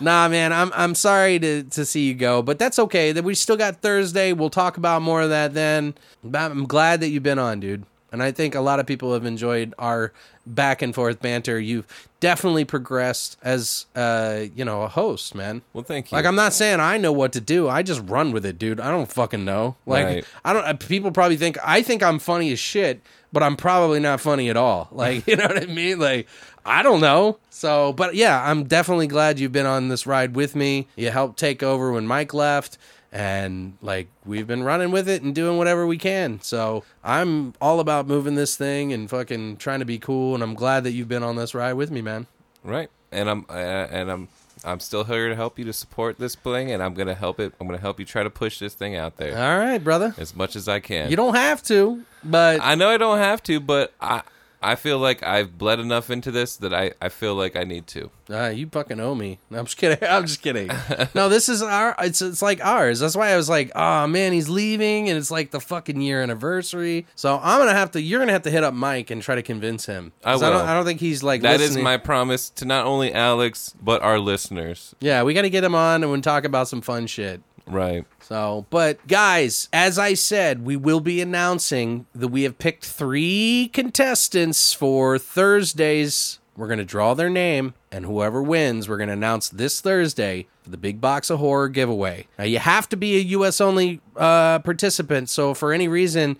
S2: nah, man, I'm I'm sorry to, to see you go, but that's okay. That we still got Thursday. We'll talk about more of that then. But I'm glad that you've been on, dude. And I think a lot of people have enjoyed our back and forth banter. You've definitely progressed as uh, you know, a host, man.
S3: well, thank you.
S2: Like I'm not saying I know what to do. I just run with it, dude. I don't fucking know. Like
S3: Right.
S2: I don't. uh, People probably think I think I'm funny as shit, but I'm probably not funny at all. *laughs* Like you know what I mean? Like I don't know. So, but yeah, I'm definitely glad you've been on this ride with me. You helped take over when Mike left. And like we've been running with it and doing whatever we can. So I'm all about moving this thing and fucking trying to be cool. And I'm glad that you've been on this ride with me, man.
S3: Right. And I'm uh, and I'm I'm still here to help you to support this thing, and I'm gonna help it. I'm gonna help you try to push this thing out there
S2: All right, brother.
S3: as much as I can.
S2: Uh, You don't have to, but
S3: I know I don't have to, but I I feel like I've bled enough into this that I I feel like I need to.
S2: Uh, you fucking owe me. No, I'm just kidding. *laughs* I'm just kidding. No, this is our. It's it's like ours. That's why I was like, oh man, he's leaving, and it's like the fucking year anniversary. So I'm gonna have to. You're gonna have to hit up Mike and try to convince him. 'Cause
S3: I
S2: don't,
S3: will.
S2: I don't think he's like.
S3: That is
S2: listening.
S3: my promise to not only Alex but our listeners.
S2: Yeah, we got to get him on and we'll talk about some fun shit.
S3: Right.
S2: So, but guys, as I said, we will be announcing that we have picked three contestants for Thursdays. We're going to draw their name, and whoever wins, we're going to announce this Thursday for the Big Box of Horror giveaway. Now, you have to be a U.S. only uh, participant. So, for any reason,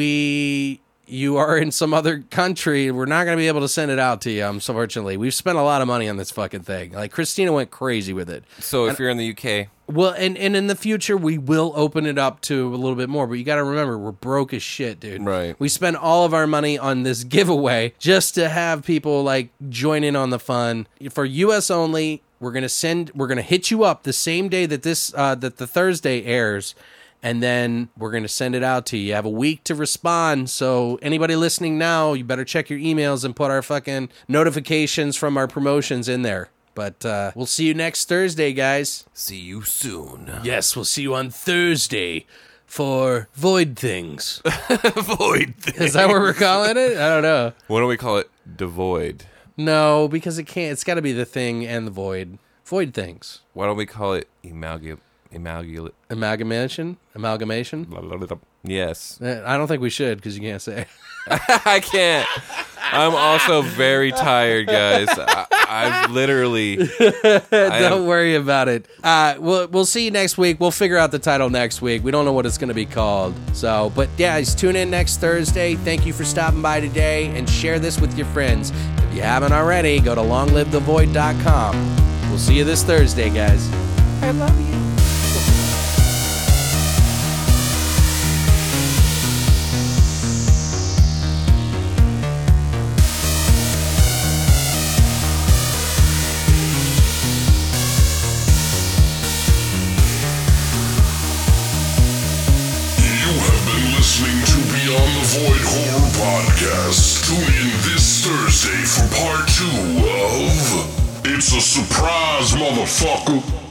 S2: we you are in some other country, we're not going to be able to send it out to you. Unfortunately, we've spent a lot of money on this fucking thing. Like Christina went crazy with it.
S3: So if you're in the UK,
S2: Well, and, and in the future we will open it up to a little bit more, but you got to remember we're broke as shit, dude.
S3: Right.
S2: We spent all of our money on this *laughs* giveaway just to have people like join in on the fun for U.S. only. We're gonna send. We're gonna hit you up the same day that this uh, that the Thursday airs, and then we're gonna send it out to you. You have a week to respond. So anybody listening now, you better check your emails and put our fucking notifications from our promotions in there. But uh, we'll see you next Thursday, guys.
S3: see you soon.
S2: *laughs* Yes, we'll see you on Thursday for Void Things.
S3: Void.
S2: Is that what we're calling it? I don't know.
S3: What do we call it? Devoid.
S2: No, because it can't. It's got to be the thing and the void. Void Things.
S3: Why don't we call it amalgam? Amalgam.
S2: Amalgamation? Amalgamation?
S3: Yes.
S2: Eh, I don't think we should because you can't say.
S3: *laughs* I can't. I'm also very tired, guys. I, I've *laughs* literally.
S2: *laughs*
S3: I
S2: don't
S3: am-
S2: worry about it. Uh, we'll we'll see you next week. We'll figure out the title next week. We don't know what it's going to be called. So, but guys, tune in next Thursday. Thank you for stopping by today and share this with your friends. If you haven't already, go to longlivethevoid.com. We'll see you this Thursday, guys.
S4: I love you.
S1: You have been listening to Beyond the Void Horror Podcast. Tune in this Thursday for part two of It's a Surprise, Motherfucker.